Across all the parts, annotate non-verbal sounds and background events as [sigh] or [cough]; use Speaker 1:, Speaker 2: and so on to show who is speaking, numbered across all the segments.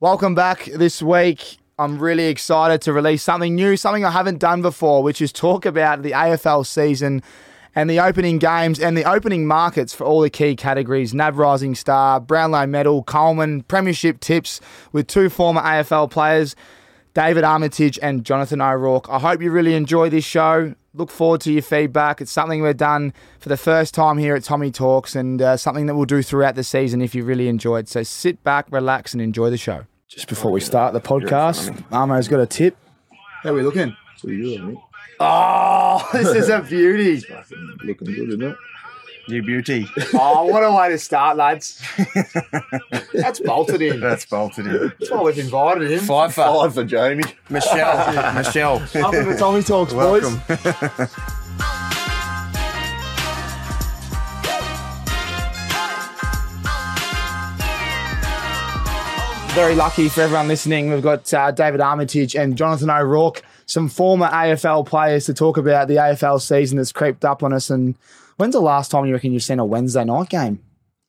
Speaker 1: Welcome back this week. I'm really excited to release something new, something I haven't done before, which is talk about the AFL season and the opening games and the opening markets for all the key categories NAB Rising Star, Brownlow Medal, Coleman, Premiership tips with two former AFL players, David Armitage and Jonathan O'Rourke. I hope you really enjoy this show. Look forward to your feedback. It's something we've done for the first time here at Tommy Talks and uh, something that we'll do throughout the season if you really enjoyed. So sit back, relax, and enjoy the show.
Speaker 2: Just before we start the podcast, Armo's got a tip.
Speaker 1: How are we looking?
Speaker 3: So you know, mate.
Speaker 1: Oh, [laughs] this is a beauty.
Speaker 3: looking good, isn't it?
Speaker 4: You beauty.
Speaker 1: Oh, what a way to
Speaker 2: [laughs]
Speaker 1: start, lads. That's bolted in. That's
Speaker 4: That's bolted in.
Speaker 1: why we've invited him.
Speaker 4: Pfeiffer.
Speaker 3: Five for Jamie.
Speaker 1: [laughs]
Speaker 4: Michelle. Michelle.
Speaker 1: Welcome to Tommy Talks,
Speaker 4: Welcome.
Speaker 1: boys. [laughs] Very lucky for everyone listening. We've got uh, David Armitage and Jonathan O'Rourke, some former AFL players to talk about the AFL season that's creeped up on us. And when's the last time you reckon you've seen a Wednesday night game?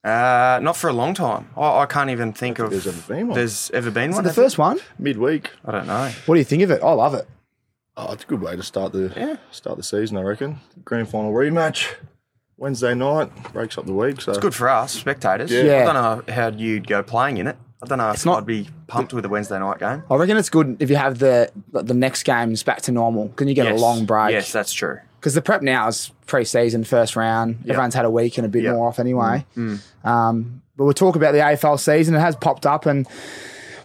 Speaker 4: Uh, not for a long time. I, I can't even think of
Speaker 3: There's ever been one.
Speaker 4: there's ever been
Speaker 1: Is it
Speaker 4: one.
Speaker 1: the
Speaker 4: has there?
Speaker 1: first one?
Speaker 3: Midweek.
Speaker 4: I don't know.
Speaker 1: What do you think of it? I love it.
Speaker 3: Oh, it's a good way to start the start the season, I reckon. Grand final rematch. Wednesday night. Breaks up the week. So
Speaker 4: It's good for us spectators.
Speaker 1: Yeah.
Speaker 4: I don't know how you'd go playing in it. I don't know if
Speaker 1: not-
Speaker 4: I'd be pumped with a Wednesday night game.
Speaker 1: I reckon it's good if you have the the next games back to normal. Can you get a
Speaker 4: Yes.
Speaker 1: long break?
Speaker 4: Yes, that's true.
Speaker 1: because the prep now is pre-season, first round. Everyone's had a week and a bit
Speaker 4: Yep.
Speaker 1: more off anyway. Um, but we'll talk about the AFL season. It has popped up, and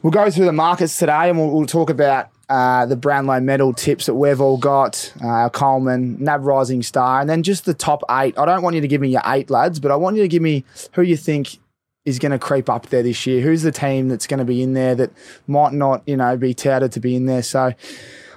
Speaker 1: we'll go through the markets today, and we'll, we'll talk about uh, the Brownlow medal tips that we've all got, uh, our Coleman, NAB Rising Star, and then just the top eight. I don't want you to give me your eight lads, but I want you to give me who you think is going to creep up there this year. Who's the team that's going to be in there that might not, you know, be touted to be in there? So.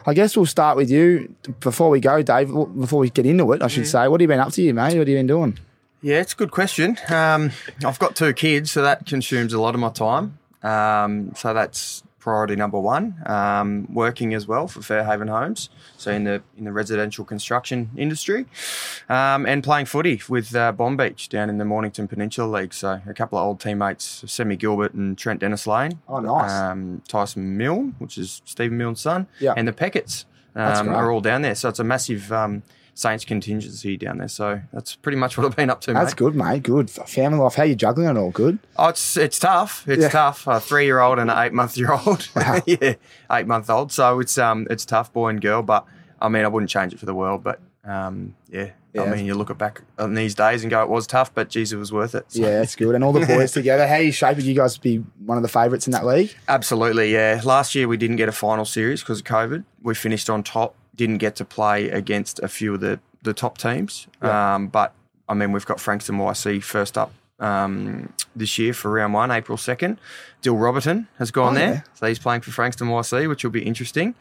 Speaker 1: I guess we'll start with you before we go, Dave. w- Before we get into it, I should say, what have you been up to, you mate? What have you been doing?
Speaker 4: Yeah, it's a good question. Um, I've got two kids, so that consumes a lot of my time. Um, so that's priority number one. Um, working as well for Fairhaven Homes, so in the in the residential construction industry, um, and playing footy with uh, Bomb Beach down in the Mornington Peninsula League. So a couple of old teammates, Semi Gilbert and Trent Dennis Lane.
Speaker 1: Oh, nice.
Speaker 4: Um, Tyson Milne, which is Stephen Milne's son,
Speaker 1: Yeah.
Speaker 4: and the Pecketts
Speaker 1: That's
Speaker 4: um,
Speaker 1: right.
Speaker 4: are all down there. So it's a massive um, Saints contingency down there. So that's pretty much what I've been up to.
Speaker 1: That's
Speaker 4: mate.
Speaker 1: good, mate. Good F- family life. How you juggling it all? [laughs] Good.
Speaker 4: Oh, it's it's tough. It's
Speaker 1: Yeah.
Speaker 4: tough. A three year old and an eight month year old. [laughs] yeah, eight month old. So it's um it's tough, boy and girl. But I mean, I wouldn't change it for the world. But um yeah. I
Speaker 1: Yeah.
Speaker 4: mean, you look at back on these days and go, it was tough, but geez, it was worth it. So-
Speaker 1: Yeah, that's good. And all the [laughs] boys together. How you shaping? You guys be one of the favourites in that league.
Speaker 4: Absolutely, yeah. Last year we didn't get a final series because of COVID. We finished on top, didn't get to play against a few of the, the top teams. Um, but I mean, we've got Frankston YC first up um, this year for round one, April 2nd. Dill Roberton has gone
Speaker 1: Oh,
Speaker 4: there.
Speaker 1: yeah.
Speaker 4: So he's playing for Frankston YC, which will be interesting.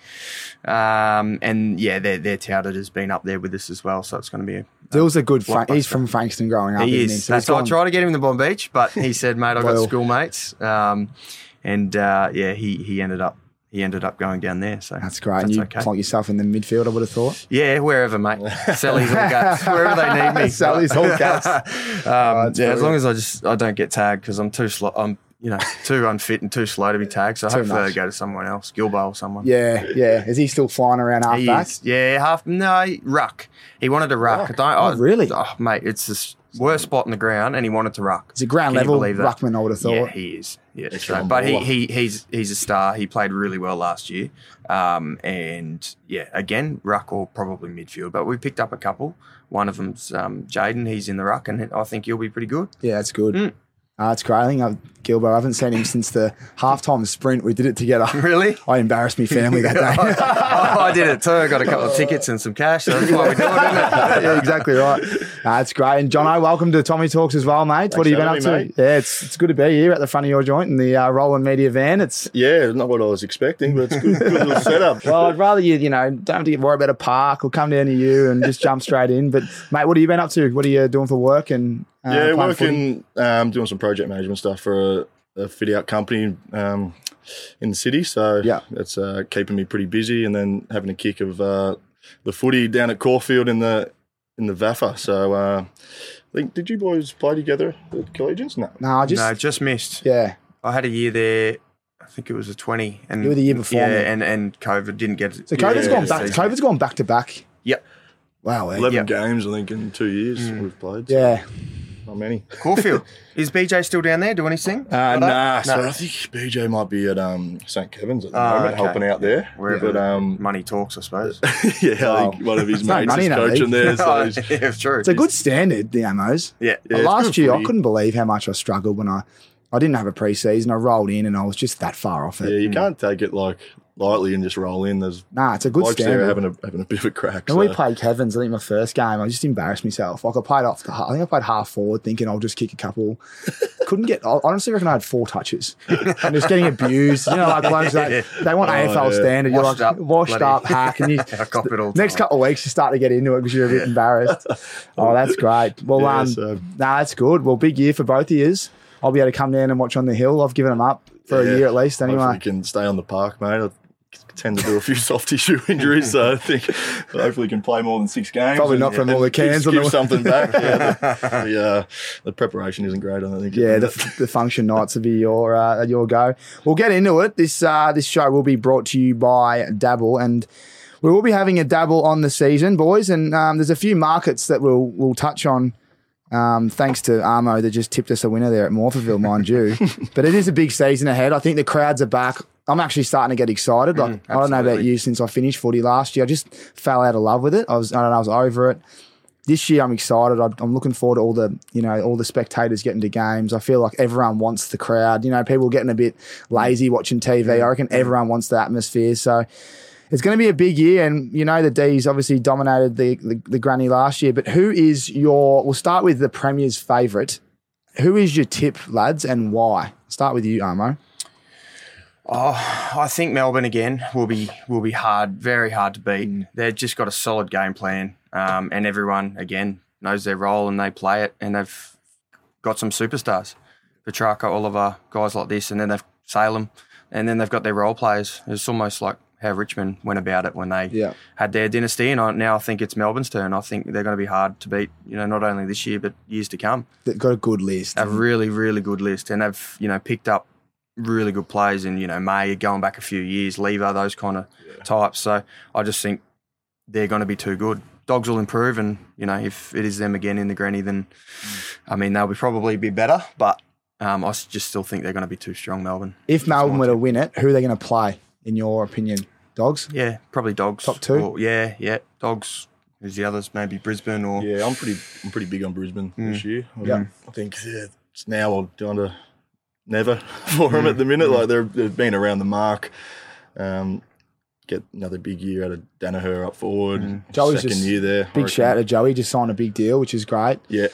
Speaker 4: Um, and yeah, they're, they're touted as being up there with us as well. So it's going to be a.
Speaker 1: Dill's a good. Fra- he's
Speaker 4: Blockbuster.
Speaker 1: from Frankston growing up.
Speaker 4: He
Speaker 1: isn't
Speaker 4: is.
Speaker 1: So
Speaker 4: That's
Speaker 1: he's
Speaker 4: why I
Speaker 1: gone-
Speaker 4: tried to get him to Bomb Beach, but
Speaker 1: [laughs]
Speaker 4: he said, "Mate, I got
Speaker 1: Loyal.
Speaker 4: schoolmates," um, and uh, yeah, he he ended up he ended up going down there. So
Speaker 1: That's great. and you
Speaker 4: okay.
Speaker 1: plonk yourself in the midfield. I would have thought.
Speaker 4: Yeah,
Speaker 1: [laughs]
Speaker 4: wherever, mate. Sally's all guts. Wherever they need me.
Speaker 1: Sally's
Speaker 4: [laughs]
Speaker 1: all guts.
Speaker 4: um, yeah, as long as I just I don't get tagged because I'm too slow. I'm you know too unfit and too slow to be tagged. So hopefully
Speaker 1: much.
Speaker 4: they go to someone else, Gilbo or someone.
Speaker 1: Yeah, yeah. Is he still flying around half
Speaker 4: He
Speaker 1: back?
Speaker 4: is. Yeah, half. No, ruck. He wanted to ruck. I don't,
Speaker 1: Oh, really?
Speaker 4: Oh, mate, it's the worst spot in the ground, and he wanted to ruck.
Speaker 1: It's a ground
Speaker 4: Can you
Speaker 1: level
Speaker 4: believe that?
Speaker 1: ruckman. I would have
Speaker 4: Yeah,
Speaker 1: thought.
Speaker 4: he is. Yeah, so,
Speaker 3: John
Speaker 4: but he,
Speaker 3: Waller.
Speaker 4: he he's he's a star. He played really well last year, um, and yeah, again, ruck or probably midfield. But we picked up a couple. One of them's um, Jaden. He's in the ruck, and I think he'll be
Speaker 3: [laughs]
Speaker 4: pretty good.
Speaker 1: Yeah, that's good.
Speaker 4: Mm.
Speaker 1: Uh, it's great. I think I've, Gilbo, I haven't seen him since the halftime sprint. We did it [laughs] together.
Speaker 4: Really?
Speaker 1: I Oh, embarrassed me family
Speaker 3: [laughs]
Speaker 1: that day.
Speaker 4: Oh, [laughs] I did it too. I got a couple of tickets and some cash. So that's why we're doing it.
Speaker 3: [laughs]
Speaker 1: yeah, exactly right. Uh, it's great. And Jono, welcome to Tommy Talks as well, mate. what have you been up
Speaker 3: Thanks for
Speaker 1: to?
Speaker 3: having me,
Speaker 1: Yeah, it's it's good to be here at the front of your joint in the uh, Roland Media van. It's
Speaker 3: yeah, not what I was expecting, but it's good, good little
Speaker 4: [laughs]
Speaker 3: setup.
Speaker 1: well, I'd rather you, you know, don't have to get worried about a park or come down to you and just jump straight in. But mate, what have you been up to? What are you doing for work and uh,
Speaker 3: yeah,
Speaker 1: playing footy?
Speaker 3: working, um, doing some project management stuff for a, a fit out company um, in the city. So
Speaker 1: Yeah.
Speaker 3: that's uh, keeping me pretty busy, and then having a kick of uh, the footy down at Caulfield in the in the Vaffa. So uh, I think did you boys play together at Collegians? No.
Speaker 1: No, I just
Speaker 4: no, just missed.
Speaker 1: yeah.
Speaker 4: I had a year there I think it was a twenty, and
Speaker 1: You were the year before,
Speaker 4: Yeah,
Speaker 1: mate.
Speaker 4: and and COVID didn't get.
Speaker 1: So COVID's
Speaker 3: Yeah,
Speaker 1: gone
Speaker 3: yeah,
Speaker 1: back.
Speaker 4: season.
Speaker 1: COVID's gone back to back.
Speaker 4: Yep.
Speaker 1: Wow. eh?
Speaker 3: 11
Speaker 4: Yep.
Speaker 3: games, I think, in two years we've played. so
Speaker 1: Yeah.
Speaker 3: Not many.
Speaker 4: Caulfield is BJ still down there doing his thing?
Speaker 3: Uh,
Speaker 4: Righto?
Speaker 3: nah, so
Speaker 4: No.
Speaker 3: I think BJ might be at um, St. Kevin's at the
Speaker 4: Ah,
Speaker 3: moment,
Speaker 4: okay.
Speaker 3: helping out there.
Speaker 4: Wherever
Speaker 3: But um,
Speaker 4: money talks, I suppose.
Speaker 3: [laughs] yeah, I think [laughs] one of his
Speaker 1: no
Speaker 3: mates
Speaker 1: money
Speaker 3: is
Speaker 1: in that
Speaker 3: coaching there. [laughs] So
Speaker 4: yeah,
Speaker 3: he's,
Speaker 4: [laughs] it's true.
Speaker 1: It's a good standard, the Amos.
Speaker 4: Yeah, yeah,
Speaker 3: it's
Speaker 1: last
Speaker 3: good
Speaker 1: year, I
Speaker 3: footy.
Speaker 1: couldn't believe how much I struggled when I, I didn't have a preseason. I rolled in and I was just that far off it.
Speaker 3: yeah, you can't take it like lightly and just roll in. There's
Speaker 1: Nah, it's a good
Speaker 3: blokes there
Speaker 1: standard.
Speaker 3: having a having a bit of a crack.
Speaker 1: When we
Speaker 3: so-
Speaker 1: played Kevin's, I think my first game, I just embarrassed myself. Like I played off the, I think I played half forward, thinking I'll just kick a couple. Couldn't get. I honestly reckon I had four touches. I'm just getting abused. You know, like blokes that they want AFL
Speaker 3: yeah.
Speaker 1: standard. You're
Speaker 4: Washed
Speaker 1: like
Speaker 4: up,
Speaker 1: washed
Speaker 4: bloody-
Speaker 1: up, hack, and you.
Speaker 4: [laughs] I cop it all. Oh, the
Speaker 1: Next
Speaker 4: time.
Speaker 1: couple of weeks, you start to get into it because you're a bit
Speaker 3: [laughs]
Speaker 1: embarrassed. Oh, that's great. Well,
Speaker 3: Yeah,
Speaker 1: um,
Speaker 3: so-
Speaker 1: nah, that's good. Well, big year for both of years. I'll be able to come down and watch on the hill. I've given them up for
Speaker 3: Yeah,
Speaker 1: a year at least.
Speaker 3: Hopefully
Speaker 1: Anyway,
Speaker 3: you can stay on the park, mate. I tend to do a few [laughs] soft tissue injuries, so I think hopefully you can play more than six games.
Speaker 1: Probably not from all the
Speaker 3: give-
Speaker 1: cans on
Speaker 3: Give
Speaker 1: the-
Speaker 3: something
Speaker 1: [laughs]
Speaker 3: back. Yeah, the, the, uh, the preparation isn't great. I don't think.
Speaker 1: yeah, the, the function nights will be your uh, your go. We'll get into it. This uh, this show will be brought to you by Dabble, and we will be having a dabble on the season, boys. And um, there's a few markets that we'll we'll touch on. Um, thanks to Armo that just tipped us a winner there at Morpheville, mind you. but it is a big season ahead. I think the crowds are back. I'm actually starting to get excited. Like I don't know about
Speaker 4: absolutely.
Speaker 1: you since I finished footy last year. I just fell out of love with it. I was I don't know, I was over it. This year I'm excited. I- I'm looking forward to all the you know all the spectators getting to games. I feel like everyone wants the crowd. You know, people getting a bit lazy watching TV. I reckon everyone wants the atmosphere. So it's going to be a big year, and you know the D's obviously dominated the, the the granny last year. But who is your? We'll start with the Premier's favourite. Who is your tip, lads, and why? Start with you, Armo.
Speaker 4: Oh, I think Melbourne again will be will be hard, very hard to beat. They've just got a solid game plan, um, and everyone again knows their role and they play it, and they've got some superstars, Petrarca, Oliver, guys like this, and then they've Salem, and then they've got their role players. It's almost like how Richmond went about it when they
Speaker 1: Yeah.
Speaker 4: had their dynasty, and I, now I think it's Melbourne's turn. I think they're going to be hard to beat, you know, not only this year but years to come
Speaker 1: That got a good list.
Speaker 3: Mm.
Speaker 4: a really, really good list, and they've you know picked up really good players in you know May going back a few years, Lever those kind of types. So I just think they're going to be too good. Dogs will improve, and you know if it is them again in the granny, then
Speaker 3: Mm.
Speaker 4: I mean they'll be probably be better, but um, I s- just still think they're going to be too strong. Melbourne,
Speaker 1: If Melbourne were to win it, who are they going to play? In your opinion, dogs.
Speaker 4: yeah, probably dogs
Speaker 1: Top two?
Speaker 4: Or- yeah, yeah, dogs. Who's the others? Maybe Brisbane or
Speaker 3: Yeah, I'm pretty I'm pretty big on Brisbane this year. I,
Speaker 1: Mm. Yeah.
Speaker 3: I think yeah, it's now or down to never [laughs] for
Speaker 1: Mm.
Speaker 3: them at the minute. Like they're, they've been around the mark. Um, get another big year out of Danaher up forward.
Speaker 1: Mm. Joey's
Speaker 3: Second
Speaker 1: just
Speaker 3: year there. I
Speaker 1: Big
Speaker 3: reckon.
Speaker 1: shout out to Joey. Just signed a big deal, which is great.
Speaker 3: Yeah.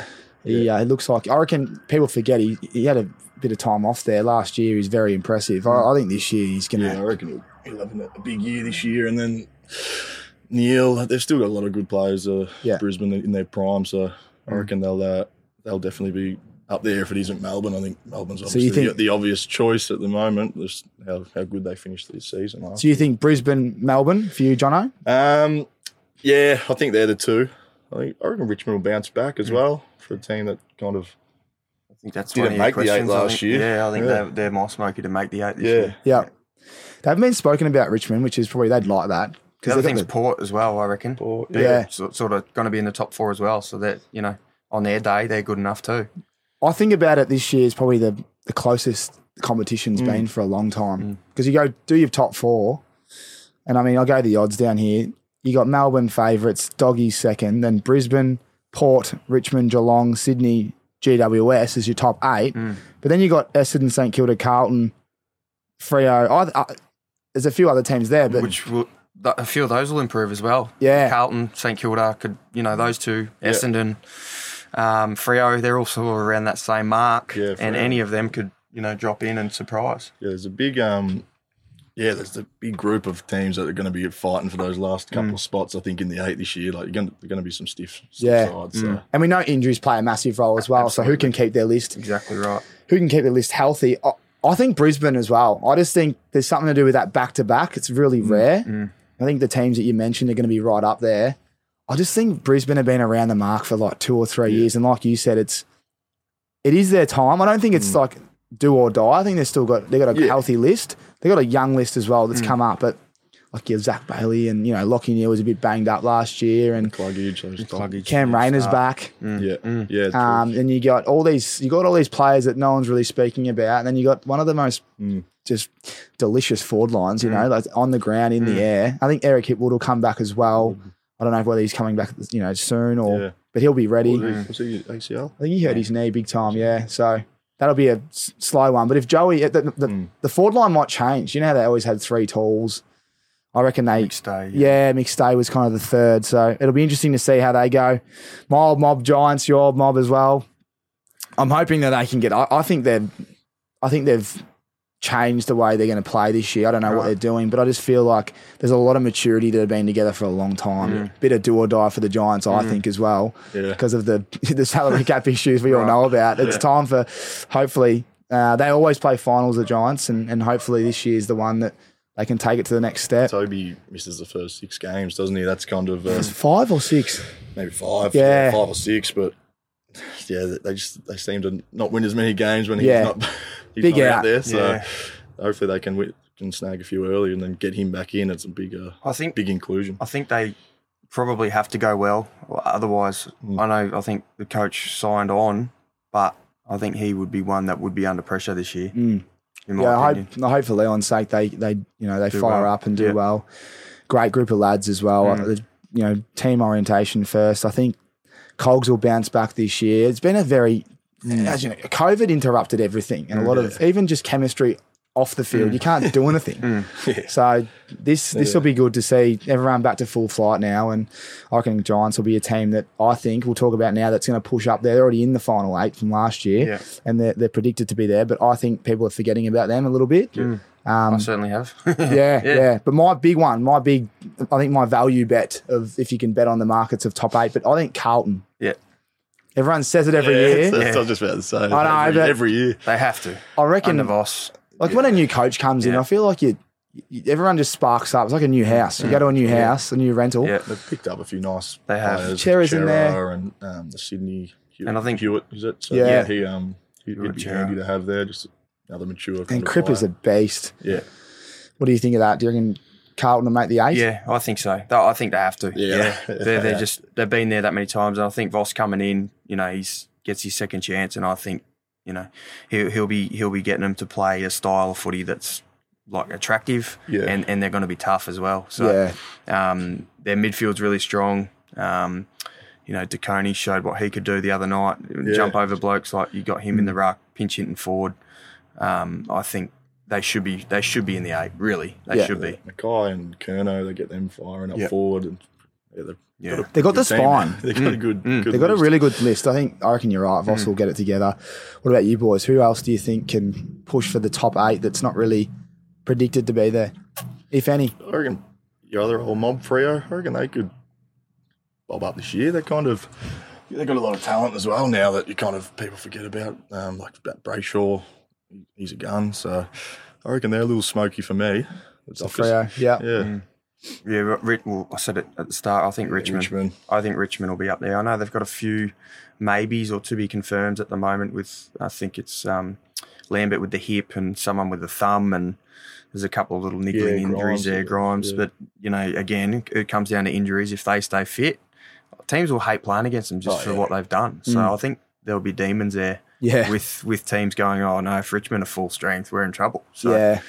Speaker 1: He uh, looks like I reckon people forget he, he had a bit of time off there last year. He's very impressive. I, I think this year he's going to.
Speaker 3: Yeah, I reckon he'll, he'll have a- a big year this year, and then Neil. They've still got a lot of good players. Uh,
Speaker 1: Yeah. Mm.
Speaker 3: Brisbane in their prime, so I reckon they'll uh, they'll definitely be up there if it isn't Melbourne. I think Melbourne's
Speaker 1: you
Speaker 3: obviously
Speaker 1: think-
Speaker 3: the, the obvious choice at the moment. Just how, how good they finished this season. last
Speaker 1: So you think Brisbane, Melbourne for you, Jono?
Speaker 3: Um, yeah, I think they're the two. I think I reckon Richmond will bounce back
Speaker 1: Mm.
Speaker 3: as well for a team that kind of
Speaker 4: I think that's
Speaker 3: Didn't
Speaker 4: one of your
Speaker 3: make the eight
Speaker 4: questions, I
Speaker 3: last
Speaker 4: think.
Speaker 3: year.
Speaker 4: Yeah, I think
Speaker 3: Yeah.
Speaker 4: They're, they're more smoky to make the eight this
Speaker 3: yeah.
Speaker 4: year.
Speaker 1: Yeah. They've been spoken about Richmond, which is probably they'd like that.
Speaker 4: The other
Speaker 1: they've
Speaker 4: thing's
Speaker 1: got
Speaker 4: Port as well, I reckon. Port,
Speaker 1: yeah. Yeah.
Speaker 4: sort of going to be in the top four as well. So that you know, on their day, they're good enough too.
Speaker 1: the- I think about it this year is probably the, the closest the competition's been for a long time. Because you go do your top four, and I mean, I'll go the odds down here. You got Melbourne favourites, Doggies second, then Brisbane, Port, Richmond, Geelong, Sydney, GWS is your top eight. But then you got Essendon, St Kilda, Carlton, Frio. I, I, there's a few other teams there, but
Speaker 4: Which will, th- a few of those will improve as well.
Speaker 1: Yeah.
Speaker 4: Carlton, St Kilda could you know those two, Essendon, um, Frio, they're all sort of around that same mark,
Speaker 3: Yeah,
Speaker 4: and
Speaker 3: Freo.
Speaker 4: any of them could you know drop in and surprise.
Speaker 3: Yeah, there's a big um yeah, there's a big group of teams that are going to be fighting for those last couple
Speaker 1: Mm.
Speaker 3: of spots. I think in the eight this year, like you're going to, they're going to be some stiff, stiff
Speaker 1: Yeah. Mm.
Speaker 3: sides. So.
Speaker 1: And we know injuries play a massive role as well. So who can keep their list?
Speaker 4: Exactly right.
Speaker 1: Who can keep their list healthy? I, I think Brisbane as well. I just think there's something to do with that back to back. It's really rare. I think the teams that you mentioned are going to be right up there. I just think Brisbane have been around the mark for like two or three years, and like you said, it's it is their time. I don't think it's like do or die. I think they've still got they got a
Speaker 3: Yeah.
Speaker 1: healthy list. They got a young list as well that's come up, but like your Zach Bailey and you know Lockie Neal was a bit banged up last year, and
Speaker 3: Cluggage. I just Cluggage.
Speaker 1: Cam Rayner's back.
Speaker 4: Mm.
Speaker 3: Yeah. Yeah. it's
Speaker 1: Um, and you got all these, you got all these players that no one's really speaking about, and then you got one of the most just delicious forward lines, you know, like on the ground, in the air. I think Eric Hitwood will come back as well. I don't know whether he's coming back, you know, soon or,
Speaker 3: Yeah.
Speaker 1: but he'll be ready.
Speaker 3: cool. Was he ACL?
Speaker 1: I think he hurt his knee big time, yeah. So that'll be a s- slow one. But if Joey, uh, the, the, the forward line might change. You know how they always had three tools. I reckon they
Speaker 4: Next day.
Speaker 1: yeah, McStay was kind of the third. So it'll be interesting to see how they go. My old mob, Giants, your old mob as well. I'm hoping that they can get. I, I think they're. I think they've changed the way they're going to play this year. I don't know what
Speaker 4: Right.
Speaker 1: they're doing, but I just feel like there's a lot of maturity that have been together for a long time. Bit of do or die for the Giants, I think, as well,
Speaker 3: Yeah.
Speaker 1: because of the [laughs] the salary cap issues we all know about. It's time for, hopefully, uh, they always play finals, the Giants, and, and hopefully this year is the one that they can take it to the next step.
Speaker 3: Toby misses the first six games, doesn't he? That's kind of uh,
Speaker 1: Five or six.
Speaker 3: maybe five,
Speaker 1: Mm. Yeah.
Speaker 3: five or six, but yeah, they- they just they seem to not win as many games when he's
Speaker 1: Yeah.
Speaker 3: not [laughs] he's
Speaker 1: Big
Speaker 3: not
Speaker 1: out.
Speaker 3: out there. So
Speaker 4: Yeah.
Speaker 3: hopefully they can wi- can snag a few early and then get him back in. It's a big uh,
Speaker 4: I think
Speaker 3: big inclusion.
Speaker 1: Oh,
Speaker 4: I think they probably have to go well. Otherwise,
Speaker 1: Hmm.
Speaker 4: I know I think the coach signed on, but I think he would be one that would be under pressure this year. In my
Speaker 1: Hmm. Yeah, I
Speaker 4: opinion.
Speaker 1: hope, I hope for Leon's sake they they you know they fire
Speaker 4: well.
Speaker 1: up and do
Speaker 4: Yeah. Mm.
Speaker 1: well. Great group of lads as well. Uh, You know, team orientation first. I think Cogs will bounce back this year. It's been a very as you know, COVID interrupted everything and a lot of even just chemistry off the field. You can't do anything. So this this will be good to see everyone back to full flight now, and I reckon Giants will be a team that I think we'll talk about now that's going to push up. They're already in the final eight from last year,
Speaker 4: Yeah.
Speaker 1: and they're, they're predicted to be there. But I think people are forgetting about them a little bit. um,
Speaker 4: I certainly have. [laughs]
Speaker 1: Yeah, yeah, But my big one, my big, I think my value bet of if you can bet on the markets of top eight, but I think Carlton.
Speaker 4: yeah,
Speaker 1: Everyone says it every
Speaker 3: that's,
Speaker 1: year.
Speaker 3: [laughs] that's what I was just about to say.
Speaker 1: know,
Speaker 3: every,
Speaker 1: but-
Speaker 3: every year.
Speaker 4: they have to.
Speaker 1: I reckon
Speaker 4: Under Voss.
Speaker 1: Like when a new coach comes in, I feel like you, you, everyone just sparks up. It's like a new house. You go to a new house, a new rental.
Speaker 4: Yeah.
Speaker 3: They've picked up a few nice
Speaker 4: They have.
Speaker 3: players,
Speaker 1: Chera's in
Speaker 3: Chera
Speaker 1: there.
Speaker 3: and um, the Sydney Hewitt,
Speaker 4: And I think-
Speaker 3: Hewitt is it? So,
Speaker 1: Yeah.
Speaker 3: he um he, would
Speaker 4: Hewitt,
Speaker 3: be
Speaker 4: Chera.
Speaker 3: handy to have there. Just another mature. kind
Speaker 1: And
Speaker 3: of
Speaker 1: Crip is a
Speaker 3: player.
Speaker 1: beast.
Speaker 3: yeah.
Speaker 1: What do you think of that? Do you reckon Carlton will make the eight?
Speaker 4: Yeah, I think so. Though I think they have to.
Speaker 3: Yeah. [laughs]
Speaker 4: They're, they're just they've been there that many times, and I think Voss coming in, you know, he's gets his second chance, and I think you know he'll he'll be he'll be getting them to play a style of footy that's like attractive,
Speaker 3: Yeah.
Speaker 4: and and they're going to be tough as well. So
Speaker 1: Yeah.
Speaker 4: um, their midfield's really strong. Um, you know, DeConey showed what he could do the other night. Jump over blokes like you got him in the ruck, pinch hitting forward. Um, I think they should be they should be in the eight. Really, they
Speaker 1: Yeah.
Speaker 4: should be.
Speaker 3: Mackay and Kerno, they get them firing up
Speaker 4: Yeah.
Speaker 3: forward. And, yeah, they've
Speaker 4: Yeah.
Speaker 3: got a
Speaker 1: They got
Speaker 3: good
Speaker 1: the
Speaker 3: team.
Speaker 1: spine.
Speaker 3: [laughs] They've got a
Speaker 4: Mm.
Speaker 3: good. good
Speaker 1: They've got a
Speaker 3: list.
Speaker 1: really good list. I think I reckon you're right. Voss will get it together. What about you boys? Who else do you think can push for the top eight that's not really predicted to be there? If any.
Speaker 3: I reckon your other old mob trio. I reckon they could bob up this year. They kind of they got a lot of talent as well now that you kind of people forget about. Um, like about Brayshaw, he's a gun. So I reckon they're a little smoky for me. It's off
Speaker 1: Freo, yeah.
Speaker 3: Yeah,
Speaker 4: Yeah, Rich, well, I said it at the start. I think Richmond.
Speaker 3: Richmond.
Speaker 4: I think Richmond will be up there. I know they've got a few maybes or to be confirmed at the moment. With I think it's um, Lambert with the hip and someone with the thumb, and there's a couple of little niggling
Speaker 3: Yeah,
Speaker 4: injuries
Speaker 3: Grimes,
Speaker 4: there,
Speaker 3: yeah,
Speaker 4: Grimes.
Speaker 3: yeah.
Speaker 4: But you know, again, it comes down to injuries. If they stay fit, teams will hate playing against them just
Speaker 3: Oh,
Speaker 4: for
Speaker 3: yeah. Mm.
Speaker 4: what they've done. So I think there'll be demons there.
Speaker 1: Yeah. [laughs]
Speaker 4: With with teams going, oh no, if Richmond are full strength, we're in trouble. So
Speaker 1: yeah.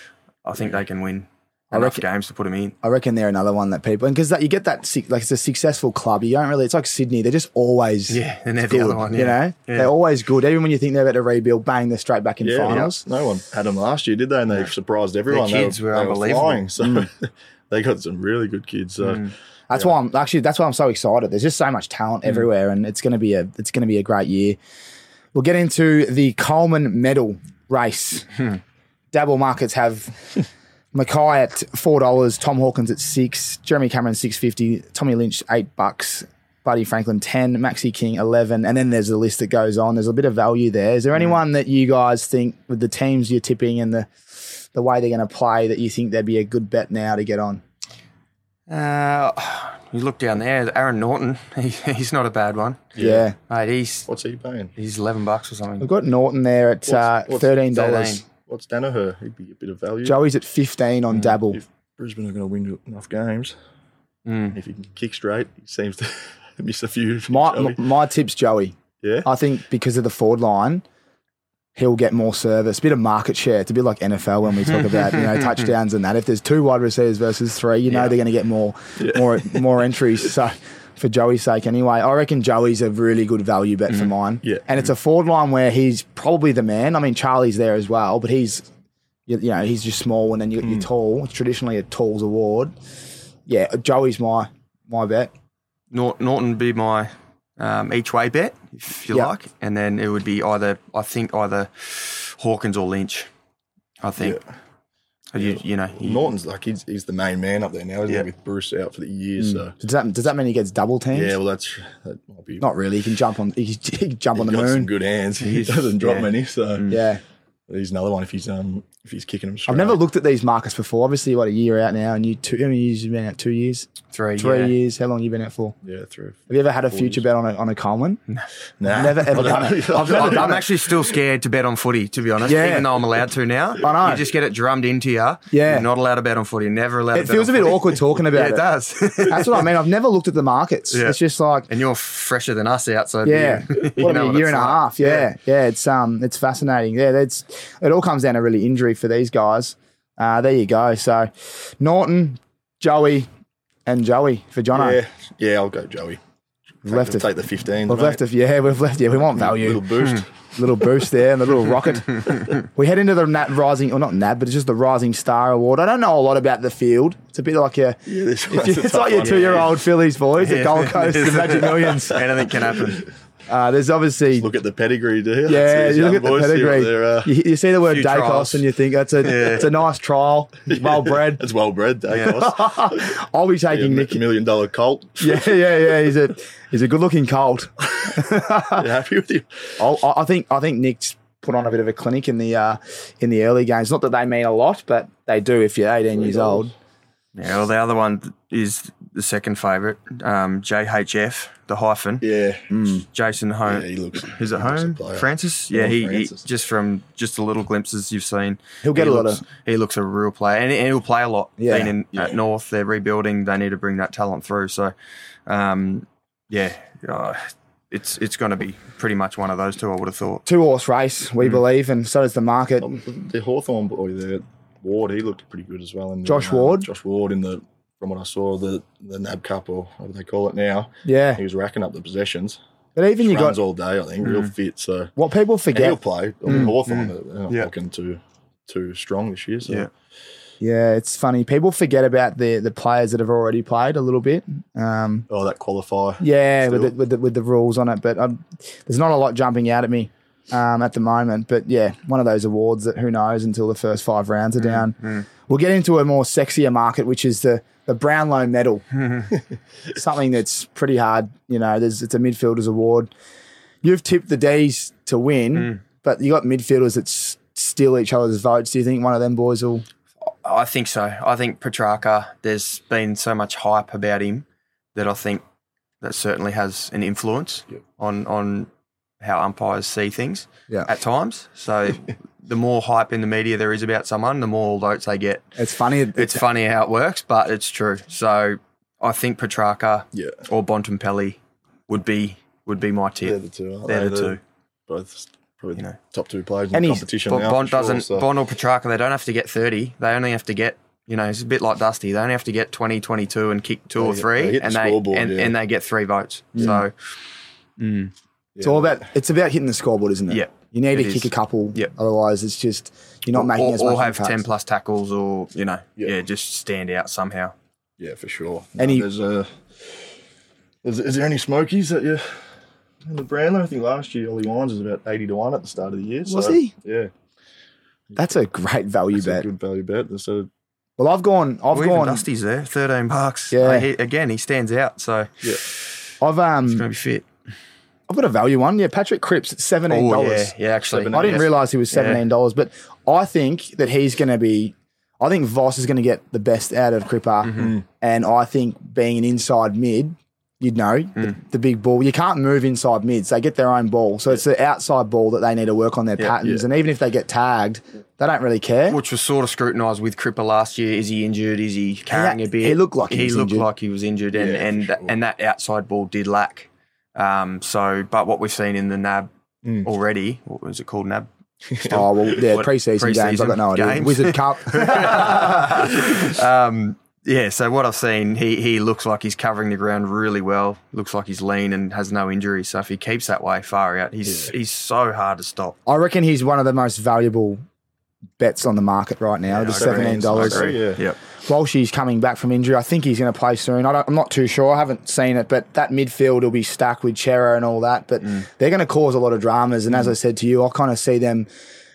Speaker 4: I think they can win enough games to put them in.
Speaker 1: I reckon they're another one that people and because that you get that si- like it's a successful club. You don't really. It's like Sydney. They're just always
Speaker 4: Yeah, and they're
Speaker 1: good.
Speaker 4: the other one. Yeah.
Speaker 1: You know,
Speaker 4: Yeah.
Speaker 1: they're always good. Even when you think they're about to rebuild, bang, they're straight back in
Speaker 3: Yeah,
Speaker 1: finals.
Speaker 3: no one had them last year, did they? And they surprised everyone.
Speaker 4: kids were unbelievable.
Speaker 3: flying,
Speaker 4: Mm.
Speaker 3: so [laughs] they got some really good kids. So
Speaker 1: That's why I'm actually. That's why I'm so excited. There's just so much talent everywhere, and it's going to be a. It's going to be a great year. We'll get into the Coleman Medal race. Dabble markets have Mackay at four dollars, Tom Hawkins at six, Jeremy Cameron six fifty, Tommy Lynch eight bucks, Buddy Franklin ten, Maxi King eleven, and then there's a list that goes on. There's a bit of value there. Is there anyone that you guys think with the teams you're tipping and the the way they're going to play that you think there'd be a good bet now to get on?
Speaker 4: Uh, You look down there, Aaron Norton. [laughs] He, he's not a bad one,
Speaker 1: Yeah.
Speaker 4: mate. He's
Speaker 3: What's he paying?
Speaker 4: he's eleven bucks or something.
Speaker 1: We've got Norton there at uh,
Speaker 3: what's-
Speaker 1: $13.
Speaker 4: 13.
Speaker 3: What's Danaher? He'd be a bit of value.
Speaker 1: Joey's at 15 on Dabble.
Speaker 3: Mm. If Brisbane are going to win enough games,
Speaker 1: Mm.
Speaker 3: if he can kick straight, he seems to [laughs] miss a few.
Speaker 1: My,
Speaker 3: Joey.
Speaker 1: m- my tip's Joey.
Speaker 3: yeah.
Speaker 1: I think because of the forward line, he'll get more service, bit of market share. It's a bit like NFL when we
Speaker 3: [laughs]
Speaker 1: talk about you know touchdowns and that. If there's two wide receivers versus three, you know they're going to get more more more entries. So for Joey's sake, anyway, I reckon Joey's a really good value bet for mine.
Speaker 3: Mm-hmm. Yeah.
Speaker 1: and it's a forward line where he's probably the man. I mean, Charlie's there as well, but he's you, you know he's just small and then you,
Speaker 3: Mm.
Speaker 1: you're tall. It's traditionally a tall's award. Yeah, Joey's my my bet.
Speaker 4: Nor- Norton be my um, each way bet, if you
Speaker 1: Yeah.
Speaker 4: like, and then it would be either I think either Hawkins or Lynch. I think you you know you-
Speaker 3: Norton's like he's, he's the main man up there now, isn't
Speaker 4: Yeah.
Speaker 3: he? With Bruce out for the year, so
Speaker 1: Does that does that mean he gets double teamed?
Speaker 3: yeah. Well, that's that might be
Speaker 1: Not really. He can jump on. He can, [laughs] he can jump on the
Speaker 3: got
Speaker 1: moon.
Speaker 3: some good hands. He doesn't drop
Speaker 4: yeah.
Speaker 3: many, so
Speaker 1: Yeah. Mm.
Speaker 3: he's another one. If he's um if he's kicking him straight,
Speaker 1: I've never looked at these markets before. Obviously, what a year out now, and you two. How many years you been out? Two years,
Speaker 4: three
Speaker 1: three
Speaker 4: yeah.
Speaker 1: years. How long you been out for?
Speaker 3: yeah through.
Speaker 1: Have you ever had a future bet on a on a
Speaker 4: [laughs]
Speaker 1: Coleman?
Speaker 3: Nah,
Speaker 1: Never ever done it.
Speaker 3: [laughs] I've
Speaker 4: I'm, I'm actually still scared to bet on footy, to be honest.
Speaker 1: Yeah.
Speaker 4: Even though I'm allowed to now,
Speaker 1: I know.
Speaker 4: you just get it drummed into you. Yeah,
Speaker 1: Yeah.
Speaker 4: you're not allowed to bet on footy. Never allowed.
Speaker 1: It
Speaker 4: to bet
Speaker 1: feels a
Speaker 4: on
Speaker 1: bit
Speaker 4: footy.
Speaker 1: awkward talking
Speaker 4: [laughs] Yeah,
Speaker 1: about
Speaker 4: it
Speaker 1: it.
Speaker 4: does.
Speaker 1: That's what I mean. I've never looked at the markets.
Speaker 4: Yeah.
Speaker 1: It's just
Speaker 4: [laughs]
Speaker 1: like
Speaker 4: and you're fresher than us out, so
Speaker 1: yeah,
Speaker 4: [laughs] you- you
Speaker 1: what a
Speaker 4: know what
Speaker 1: year
Speaker 4: it's
Speaker 1: and a
Speaker 4: like.
Speaker 1: half. Yeah. yeah, It's um, it's fascinating. Yeah, that's it. All comes down to really injury for these guys. Uh, there you go. So, Norton, Joey, and Joey for Jono.
Speaker 3: yeah, yeah. I'll go Joey. Take
Speaker 1: left
Speaker 3: the,
Speaker 1: it.
Speaker 3: take the 15
Speaker 1: We've left Mm. it. Yeah, we've left. Yeah, we want value.
Speaker 3: Hmm. Little boost.
Speaker 1: little boost there and the little
Speaker 3: [laughs]
Speaker 1: rocket. we head into the Nat Rising, or not Nat, but it's just the Rising Star Award. I don't know a lot about the field. It's a bit like your,
Speaker 3: Yeah, this one's a
Speaker 1: it's
Speaker 3: tough
Speaker 1: like your
Speaker 3: one.
Speaker 1: two-year-old Phillies boys at Gold Coast, the
Speaker 3: [laughs]
Speaker 1: Magic Millions.
Speaker 4: Anything can happen.
Speaker 1: Uh, there's obviously,
Speaker 3: Look at the pedigree, do you?
Speaker 1: yeah,
Speaker 3: These
Speaker 1: you look
Speaker 3: young
Speaker 1: at the
Speaker 3: boys, see what
Speaker 1: pedigree.
Speaker 3: they're, uh,
Speaker 1: you, you see the word
Speaker 4: Few
Speaker 1: Dacos
Speaker 4: trials.
Speaker 1: and you think that's a it's a nice trial, well
Speaker 3: [laughs]
Speaker 1: bred.
Speaker 3: It's well bred, eh,
Speaker 1: [laughs]
Speaker 3: Dacos.
Speaker 1: I'll be
Speaker 3: Yeah,
Speaker 1: taking Nick.
Speaker 3: a million dollar [laughs] colt.
Speaker 1: Yeah, yeah, yeah. He's a he's a good-looking colt.
Speaker 3: You happy with you?
Speaker 1: I'll, I- I think I think Nick's put on a bit of a clinic in the uh, in the early games. Not that they mean a lot, but they do if you're 18 years old.
Speaker 4: [laughs] Yeah, well, the other one is the second favourite, um, JHF, the hyphen,
Speaker 3: Yeah.
Speaker 4: Jason
Speaker 3: yeah,
Speaker 4: Home.
Speaker 3: he looks.
Speaker 4: Who's at
Speaker 3: he looks a
Speaker 4: home?
Speaker 3: player.
Speaker 4: Francis? Yeah,
Speaker 3: Oh,
Speaker 4: he,
Speaker 3: Francis.
Speaker 4: he just from just the little glimpses you've seen.
Speaker 1: He'll get a
Speaker 4: he
Speaker 1: lot
Speaker 4: looks,
Speaker 1: of-
Speaker 4: He looks a real player, and, and he'll play a lot.
Speaker 1: Yeah.
Speaker 4: Being in at North, they're rebuilding. They need to bring that talent through. So, um, yeah, uh, it's it's going to be pretty much one of those two. I would have thought.
Speaker 1: Two horse race,
Speaker 3: Mm.
Speaker 1: we believe, and so does the market.
Speaker 3: The Hawthorn boy there, Ward, he looked pretty good as well. In the,
Speaker 1: Josh
Speaker 3: um,
Speaker 1: Ward?
Speaker 3: Josh Ward in the, from what I saw, the, the NAB Cup or whatever they call it now.
Speaker 1: Yeah,
Speaker 3: He was racking up the possessions.
Speaker 1: but even you
Speaker 3: Runs
Speaker 1: got
Speaker 3: all day, I think. Real
Speaker 4: Mm.
Speaker 3: fit. So
Speaker 1: what people
Speaker 3: and he'll
Speaker 1: forget.
Speaker 3: play. I mean, Hawthorn are not
Speaker 4: Yeah.
Speaker 3: looking too, too strong this year. So
Speaker 4: Yeah.
Speaker 1: Yeah, it's funny. People forget about the the players that have already played a little bit. Um,
Speaker 3: Oh, that qualifier.
Speaker 1: yeah, with the,
Speaker 3: Still.
Speaker 1: with the with the rules on it, but um, there's not a lot jumping out at me um, at the moment. But yeah, one of those awards that who knows until the first five rounds are down. We'll get into a more sexier market, which is the the Brownlow Medal, something that's pretty hard. You know, there's it's a midfielders award. You've tipped the D's to win, but you got midfielders that s- steal each other's votes. Do you think one of them boys will?
Speaker 4: I think so. I think Petrarca. There's been so much hype about him that I think that certainly has an influence on on how umpires see things
Speaker 1: Yeah.
Speaker 4: at times. [laughs] So. The more hype in the media there is about someone, the more votes they get.
Speaker 1: It's funny.
Speaker 4: It's funny how it works, but it's true. So I think Petrarca
Speaker 3: Yeah.
Speaker 4: or Bontempelli would be would be my
Speaker 3: They're
Speaker 4: tip.
Speaker 3: the two. aren't
Speaker 4: They're
Speaker 3: they?
Speaker 4: the
Speaker 3: They're
Speaker 4: two.
Speaker 3: Both probably
Speaker 4: You
Speaker 3: the
Speaker 4: know.
Speaker 3: top two players in
Speaker 1: And
Speaker 3: the
Speaker 1: he's-
Speaker 3: competition.
Speaker 4: But
Speaker 3: now,
Speaker 4: Bond
Speaker 3: for sure,
Speaker 4: doesn't
Speaker 3: so-
Speaker 4: Bond or Petrarca, they don't have to get thirty. They only have to get you know, it's a bit like Dusty. They only have to get 20, 22 and kick two or
Speaker 3: They-
Speaker 4: three,
Speaker 3: they hit the
Speaker 4: and they
Speaker 3: scoreboard,
Speaker 4: and,
Speaker 3: yeah.
Speaker 4: and they get three votes. So
Speaker 1: It's all about it's about hitting the scoreboard, isn't it?
Speaker 4: Yeah,
Speaker 1: You need to
Speaker 4: it is.
Speaker 1: kick a couple.
Speaker 4: Yeah.
Speaker 1: Otherwise, it's just you're not making
Speaker 4: or,
Speaker 1: as much.
Speaker 4: or have
Speaker 1: impact.
Speaker 4: ten plus tackles, or you know,
Speaker 3: Yeah.
Speaker 4: yeah, just stand out somehow.
Speaker 3: Yeah, for sure.
Speaker 1: Any-
Speaker 3: there's a. Is, is there any smokies that you? In the Brownlow, I think last year Ollie Wines was about eighty to one at the start of the year.
Speaker 1: Was
Speaker 3: so,
Speaker 1: he?
Speaker 3: Yeah,
Speaker 1: That's a great value
Speaker 3: it's a
Speaker 1: bet.
Speaker 3: good value bet. That's a,
Speaker 1: Well, I've gone. I've
Speaker 4: Well, even
Speaker 1: gone.
Speaker 4: Dusty's there, thirteen bucks.
Speaker 1: Yeah.
Speaker 4: Like, he, again, he stands out, so
Speaker 1: I've
Speaker 4: he's
Speaker 1: um.
Speaker 4: going to be fit.
Speaker 1: I've got a value one. Yeah, Patrick Cripps at seventeen
Speaker 4: Oh yeah,
Speaker 1: dollars.
Speaker 4: yeah, actually,
Speaker 1: I didn't
Speaker 4: yes.
Speaker 1: realize he was seventeen dollars, but I think that he's going to be. I think Voss is going to get the best out of Cripper,
Speaker 4: Mm-hmm.
Speaker 1: and I think being an inside mid, you'd know
Speaker 4: Mm.
Speaker 1: the, the big ball. You can't move inside mids; they get their own ball, so it's the outside ball that they need to work on their patterns.
Speaker 3: yeah.
Speaker 1: And even if they get tagged, they don't really care.
Speaker 4: which was sort of scrutinised with Cripper last year. Is he injured? Is he carrying
Speaker 1: Yeah,
Speaker 4: a bit?
Speaker 1: he looked like he was
Speaker 4: looked
Speaker 1: injured.
Speaker 4: like he was injured, and
Speaker 3: Yeah, for
Speaker 4: and,
Speaker 3: sure.
Speaker 4: and that outside ball did lack. Um, so, but what we've seen in the NAB
Speaker 1: Mm.
Speaker 4: already, what was it called? NAB.
Speaker 1: Oh
Speaker 4: [laughs]
Speaker 1: well, yeah, preseason, games.
Speaker 4: Pre-season
Speaker 1: I've got no idea.
Speaker 4: games.
Speaker 1: Wizard Cup.
Speaker 4: [laughs] um, yeah. So what I've seen, he he looks like he's covering the ground really well. Looks like he's lean and has no injury. So if he keeps that way far out, he's he's so hard to stop.
Speaker 1: I reckon he's one of the most valuable bets on the market right now.
Speaker 4: Yeah,
Speaker 1: the
Speaker 4: I agree.
Speaker 1: seventeen dollars.
Speaker 3: I agree. Yeah.
Speaker 4: Yep.
Speaker 1: Walsh is coming back from injury. I think he's going to play soon. I don't, I'm not too sure. I haven't seen it, but that midfield will be stacked with Chera and all that. But they're going to cause a lot of dramas. And as I said to you, I kind of see them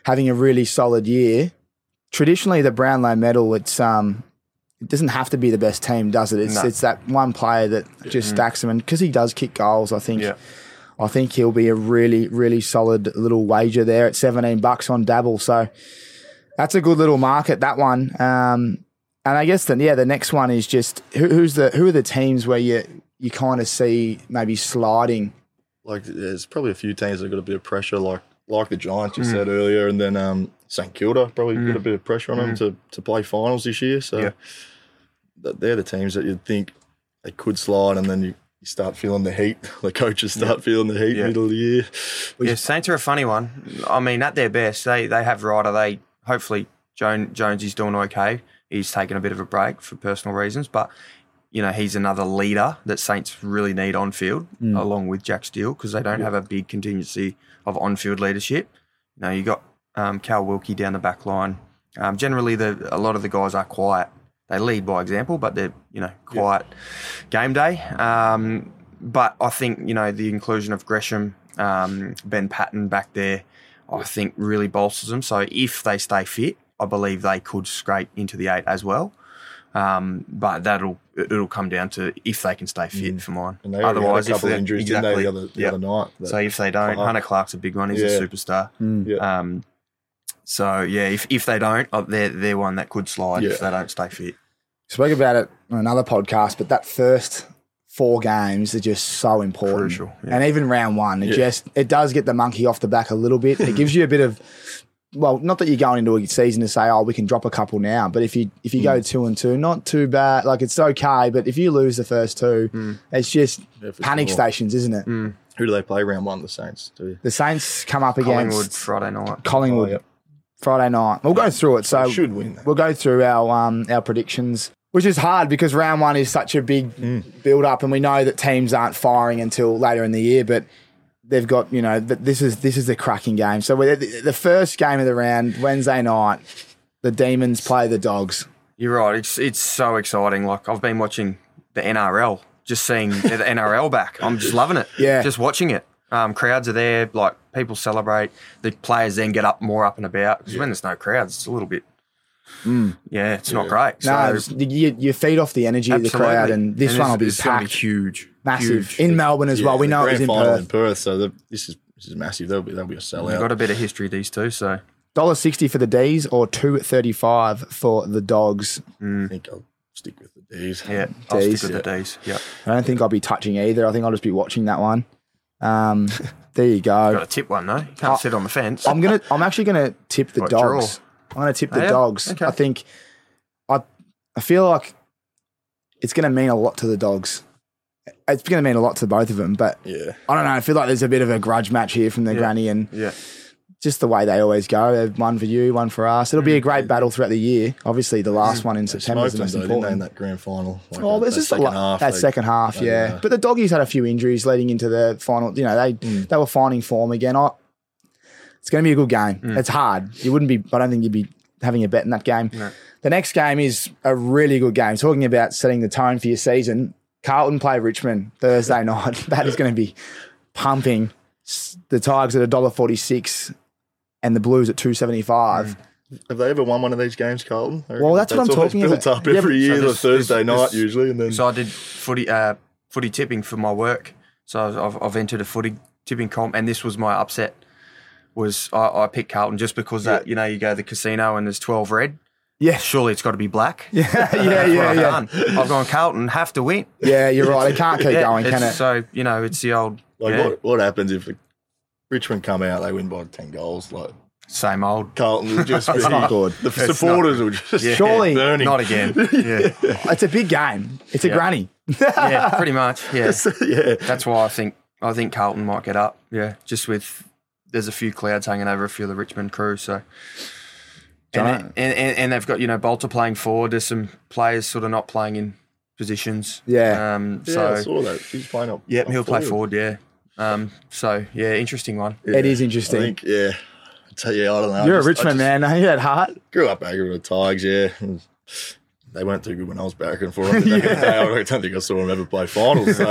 Speaker 1: having a really solid year. Traditionally, the Brownlow medal, it's um, it doesn't have to be the best team, does it? It's
Speaker 4: No.
Speaker 1: it's that one player that just stacks them, and because he does kick goals, I think.
Speaker 3: Yeah.
Speaker 1: I think he'll be a really, really solid little wager there at 17 bucks on Dabble. So that's a good little market, that one. Um, and I guess then, yeah, the next one is just who, who's the who are the teams where you you kind of see maybe sliding.
Speaker 3: Like there's probably a few teams that got a bit of pressure, like like the Giants you
Speaker 4: Hmm.
Speaker 3: said earlier, and then um, St Kilda probably got a bit of pressure on them to, to play finals this year. So
Speaker 4: Hmm. Yeah.
Speaker 3: th- they're the teams that you'd think they could slide, and then you, you start feeling the heat. [laughs] The coaches start feeling the heat
Speaker 4: Yeah.
Speaker 3: middle of the year.
Speaker 4: Yeah, Saints are a funny one. I mean, at their best, they they have Ryder. They hopefully Joan, Jones is doing okay. He's taken a bit of a break for personal reasons, but you know he's another leader that Saints really need on field, along with Jack Steele, because they don't have a big contingency of on field leadership. You know, you got um, Cal Wilkie down the back line. Um, generally, the a lot of the guys are quiet. They lead by example, but they're you know quiet game day. Um, but I think you know the inclusion of Gresham, um, Ben Patton back there, I think really bolsters them. So if they stay fit, I believe they could scrape into the eight as well. Um, but that'll it'll come down to if they can stay fit for mine.
Speaker 3: Mm. And they already had a couple
Speaker 4: they-
Speaker 3: of injuries, didn't they, the other, the
Speaker 4: Yep.
Speaker 3: other night? That-
Speaker 4: So if they don't,
Speaker 3: Clark.
Speaker 4: Hunter Clark's a big one. He's
Speaker 3: Yeah. Mm.
Speaker 4: a superstar.
Speaker 3: Yeah.
Speaker 4: Um, so yeah, if, if they don't, uh, they're they're one that could slide if
Speaker 3: Yeah.
Speaker 4: they don't stay fit.
Speaker 1: Spoke about it on another podcast, but that first four games are just so important.
Speaker 4: Crucial, yeah.
Speaker 1: And even round one, it
Speaker 3: Yeah.
Speaker 1: just it does get the monkey off the back a little bit. It gives you a bit of well, not that you're going into a season to say, oh, we can drop a couple now, but if you if you
Speaker 3: Mm.
Speaker 1: go two and two, not too bad. Like it's okay, but if you lose the first two, it's just
Speaker 3: Mm. Yeah, for
Speaker 1: panic
Speaker 3: sure. Mm.
Speaker 1: stations, isn't it?
Speaker 3: Who do they play round one? The Saints. Do you?
Speaker 1: The Saints come up
Speaker 4: Collingwood
Speaker 1: against
Speaker 4: Friday night.
Speaker 1: Collingwood
Speaker 3: Oh, yep.
Speaker 1: Friday night. We'll go through it. So
Speaker 3: They should win that.
Speaker 1: We'll go through our um, our predictions, which is hard because round one is such a big
Speaker 4: Hmm.
Speaker 1: build up, and we know that teams aren't firing until later in the year. But they've got you know th- this is this is the cracking game. So we're, the the first game of the round, Wednesday night, the Demons play the Dogs.
Speaker 4: You're right. It's it's so exciting. Like I've been watching the NRL, just seeing the NRL back. I'm just loving it.
Speaker 1: Yeah.
Speaker 4: just watching it. Um, crowds are there. Like people celebrate. The players then get up more up and about because when there's no crowds, it's a little bit.
Speaker 1: Mm.
Speaker 4: Yeah, it's not great.
Speaker 1: No,
Speaker 4: so,
Speaker 1: it's- you, you feed off the energy
Speaker 4: absolutely.
Speaker 1: of the crowd, and this
Speaker 4: And
Speaker 1: one will be
Speaker 4: it's gonna
Speaker 1: packed,
Speaker 4: huge,
Speaker 1: massive
Speaker 4: Huge.
Speaker 1: in Melbourne as well.
Speaker 3: Yeah,
Speaker 1: We
Speaker 3: the
Speaker 1: know it
Speaker 3: grand
Speaker 1: was in
Speaker 3: final
Speaker 1: Perth.
Speaker 3: in Perth. So the, this is this is massive. They'll be they'll be a sellout.
Speaker 4: They've got a bit of history these two. So
Speaker 1: Dollar sixty for the D's or two thirty five for the Dogs.
Speaker 3: I think I'll stick with the D's.
Speaker 4: yeah, I'll stick
Speaker 1: Days,
Speaker 4: with the D's. Yeah,
Speaker 1: I don't think I'll be touching either. I think I'll just be watching that one.
Speaker 4: [laughs]
Speaker 1: Um, there you go.
Speaker 4: got a tip one though. You Can't sit on the fence.
Speaker 1: I'm gonna. I'm actually gonna tip the
Speaker 4: Right,
Speaker 1: dogs. I'm gonna tip the
Speaker 4: Oh, yeah?
Speaker 1: dogs.
Speaker 4: Okay.
Speaker 1: I think. I I feel like it's gonna mean a lot to the dogs. It's gonna mean a lot to both of them, but
Speaker 3: Yeah.
Speaker 1: I don't know. I feel like there's a bit of a grudge match here from the granny and
Speaker 4: yeah,
Speaker 1: just the way they always go. They've One for you, one for us. It'll be
Speaker 4: Mm-hmm.
Speaker 1: a great battle throughout the year. Obviously, the last one in
Speaker 3: They
Speaker 1: September
Speaker 3: smoked
Speaker 1: is the most
Speaker 3: them though, didn't they, in
Speaker 1: important.
Speaker 3: that grand final? Like
Speaker 1: Oh,
Speaker 3: that-
Speaker 1: there's
Speaker 3: that
Speaker 1: just a lot. that
Speaker 3: they-
Speaker 1: second half,
Speaker 3: they,
Speaker 1: yeah.
Speaker 3: uh,
Speaker 1: But the doggies had a few injuries leading into the final. You know, they they were finding form again. I, it's going to be a good game. It's hard. You wouldn't be. I don't think you'd be having a bet in that game. The next game is a really good game. Talking about setting the tone for your season. Carlton play Richmond Thursday [laughs] night. That is going to be pumping. S- The Tigers at $1.46 and the Blues at two seventy five.
Speaker 3: Have they ever won one of these games, Carlton? I reckon
Speaker 1: that's what I'm
Speaker 3: always
Speaker 1: talking
Speaker 3: built
Speaker 1: about.
Speaker 3: up
Speaker 1: Yeah,
Speaker 3: every
Speaker 1: but-
Speaker 3: year,
Speaker 4: So
Speaker 3: the
Speaker 4: this-
Speaker 3: Thursday
Speaker 4: this-
Speaker 3: night
Speaker 4: this-
Speaker 3: usually, and then
Speaker 4: So I did footy uh, footy tipping for my work. So I've, I've entered a footy tipping comp, and this was my upset. Was I, I picked Carlton just because that you know you go to the casino and there's twelve red,
Speaker 1: Yeah.
Speaker 4: surely it's got to be black. Yeah,
Speaker 1: [laughs] yeah,
Speaker 4: [laughs]
Speaker 1: yeah,
Speaker 4: I've
Speaker 1: yeah.
Speaker 4: done. I've gone Carlton have to win.
Speaker 1: Yeah, you're right. It can't keep
Speaker 4: Yeah,
Speaker 1: going, can
Speaker 4: it's-
Speaker 1: it?
Speaker 4: So you know, it's the old
Speaker 3: Like
Speaker 4: yeah,
Speaker 3: what, what happens if Richmond come out, they win by ten goals? Like
Speaker 1: [laughs]
Speaker 4: same old.
Speaker 3: Carlton would just be
Speaker 1: not good.
Speaker 3: The supporters would just [laughs]
Speaker 1: Surely-
Speaker 3: burning.
Speaker 4: Not again. Yeah,
Speaker 1: it's a big game. It's a granny.
Speaker 4: yeah, pretty much. Yeah,
Speaker 3: yeah.
Speaker 4: that's why I think I think Carlton might get up. Yeah, just with there's a few clouds hanging over a few of the Richmond crew. So. And,
Speaker 1: Dunno.
Speaker 4: and, and and they've got you know Bolter playing forward. There's some players sort of not playing in positions.
Speaker 1: Yeah.
Speaker 4: Um.
Speaker 3: Yeah,
Speaker 4: So
Speaker 3: I saw that. He's playing up.
Speaker 4: Yep,
Speaker 3: up
Speaker 4: he'll play forward. Yeah. Um. So yeah, interesting one.
Speaker 1: [laughs]
Speaker 3: Yeah.
Speaker 1: It is
Speaker 3: I
Speaker 1: interesting.
Speaker 3: think, yeah. I tell you, I don't know. I
Speaker 1: you're
Speaker 3: just-
Speaker 1: a
Speaker 3: I
Speaker 1: Richmond
Speaker 3: just
Speaker 1: man. No, you had heart.
Speaker 3: Grew up bagging with the Tigers, yeah. And they weren't too good when I was backing for
Speaker 1: [laughs]
Speaker 3: them. yeah. I don't think I saw them ever play finals. So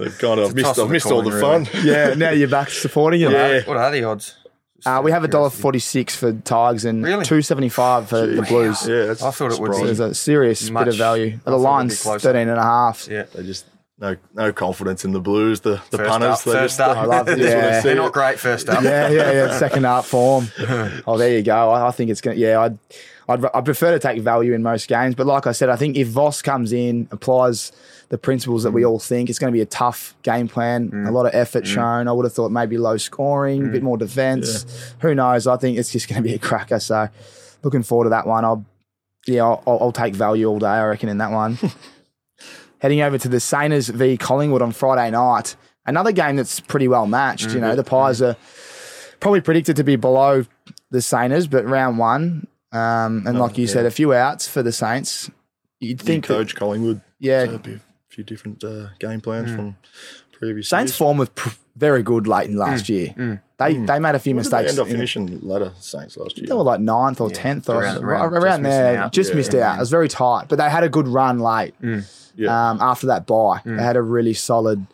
Speaker 3: they've kind of missed,
Speaker 4: toss of
Speaker 3: I've
Speaker 4: a
Speaker 3: missed all the
Speaker 4: coin,
Speaker 3: fun.
Speaker 1: Yeah,
Speaker 3: [laughs]
Speaker 1: now you're back supporting him.
Speaker 3: Yeah.
Speaker 4: What are the odds?
Speaker 1: Uh, we have a dollar forty six for Tigers and
Speaker 4: Really?
Speaker 1: two seventy five for the Blues.
Speaker 3: Yeah, that's
Speaker 4: I thought it would
Speaker 3: surprising.
Speaker 4: be-
Speaker 1: There's a serious
Speaker 4: Much-
Speaker 1: bit of value.
Speaker 4: I
Speaker 1: The
Speaker 4: thought it'd be
Speaker 1: line's
Speaker 4: closer.
Speaker 1: 13 and a half.
Speaker 4: Yeah.
Speaker 3: They just no no confidence in the Blues. The the
Speaker 4: First
Speaker 3: punters.
Speaker 4: up,
Speaker 3: they
Speaker 4: first
Speaker 3: just,
Speaker 4: up.
Speaker 1: I love it.
Speaker 3: That's what I
Speaker 1: Yeah.
Speaker 3: see.
Speaker 4: They're not great first up.
Speaker 1: yeah, yeah, yeah. Second up form. Oh, there you go. I, I think it's gonna. Yeah, I'd, I'd, I prefer to take value in most games. But like I said, I think if Voss comes in, applies the principles that we all think, it's going to be a tough game plan. A lot of effort shown. I would have thought maybe low scoring, a bit more defense. Who knows? I think it's just going to be a cracker. So, looking forward to that one. I'll, yeah, I'll, I'll I'll take value all day. I reckon in that
Speaker 3: [laughs]
Speaker 1: one. heading over to the Saners v Collingwood on Friday night. Another game that's pretty well matched. You know,
Speaker 3: Mm-hmm.
Speaker 1: the Pies are probably predicted to be below the Saners, but round one, um,
Speaker 3: Oh,
Speaker 1: and like you said, a few outs for the Saints. You'd
Speaker 3: New
Speaker 1: think, that-
Speaker 3: coach Collingwood.
Speaker 1: yeah,
Speaker 3: So it'd be a few different uh, game plans
Speaker 4: Hmm.
Speaker 3: from previous.
Speaker 1: Saints
Speaker 3: years.
Speaker 1: form was pr- very good late in
Speaker 3: Mm,
Speaker 1: last year. They they made a few
Speaker 3: Where did they
Speaker 1: mistakes.
Speaker 3: end up
Speaker 1: in-
Speaker 3: finishing later Saints last year.
Speaker 1: they were like ninth or tenth or
Speaker 4: around-
Speaker 1: around,
Speaker 4: around- just missing
Speaker 1: there.
Speaker 4: out.
Speaker 1: Just
Speaker 3: Yeah.
Speaker 1: missed out. It was very tight, but they had a good run late.
Speaker 3: Yeah.
Speaker 1: Um, after that buy, they had a really solid.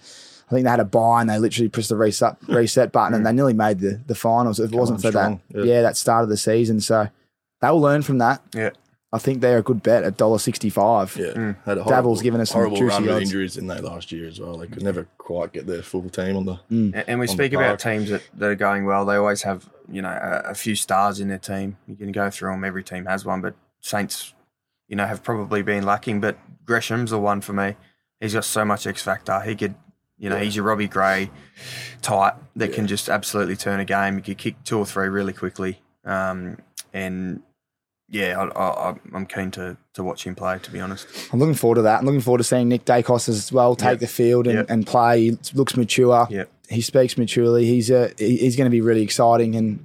Speaker 1: I think they had a buy and they literally pressed the reset reset button and they nearly made the, the finals. If it wasn't for
Speaker 3: strong.
Speaker 1: that, yeah.
Speaker 3: Yeah.
Speaker 1: that start of the season. So they'll lean from that.
Speaker 4: Yeah.
Speaker 1: I think they're a good bet at dollar sixty five.
Speaker 3: yeah, had a horrible,
Speaker 1: Dabble's given us some
Speaker 3: horrible
Speaker 1: juicy
Speaker 3: run with
Speaker 1: odds.
Speaker 3: injuries in there last year as well. They could never quite get their full team on the.
Speaker 4: A- And we
Speaker 3: the
Speaker 4: speak about
Speaker 3: park.
Speaker 4: teams that, that are going well. They always have you know a, a few stars in their team. You can go through them. Every team has one, but Saints, you know, have probably been lacking. But Gresham's the one for me. He's got so much X factor. He could. You know, he's your Robbie Gray type that can just absolutely turn a game. He could kick two or three really quickly. Um, and yeah, I, I, I- I'm keen to, to watch him play, to be honest.
Speaker 1: I'm looking forward to that. I'm looking forward to seeing Nick Dacos as well take
Speaker 4: Yep.
Speaker 1: the field and,
Speaker 4: Yep.
Speaker 1: and play. He looks mature.
Speaker 4: Yep.
Speaker 1: He speaks maturely. He's a he- he's going to be really exciting and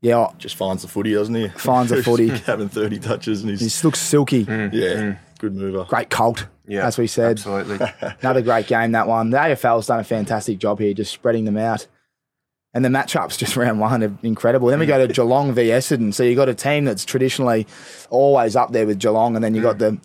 Speaker 1: yeah, I-
Speaker 3: Just finds the footy, doesn't he?
Speaker 1: Finds
Speaker 3: [laughs]
Speaker 1: the footy.
Speaker 3: having thirty touches and he's,
Speaker 1: he looks silky.
Speaker 3: yeah, good mover.
Speaker 1: Great cult.
Speaker 4: Yeah,
Speaker 1: as we said. [laughs]
Speaker 4: Absolutely.
Speaker 1: Another great game, that one. The AFL's done a fantastic job here, just spreading them out. And the matchups [laughs] just round one are incredible. Then we go to Geelong v Essendon. So you've got a team that's traditionally always up there with Geelong, and then you've got the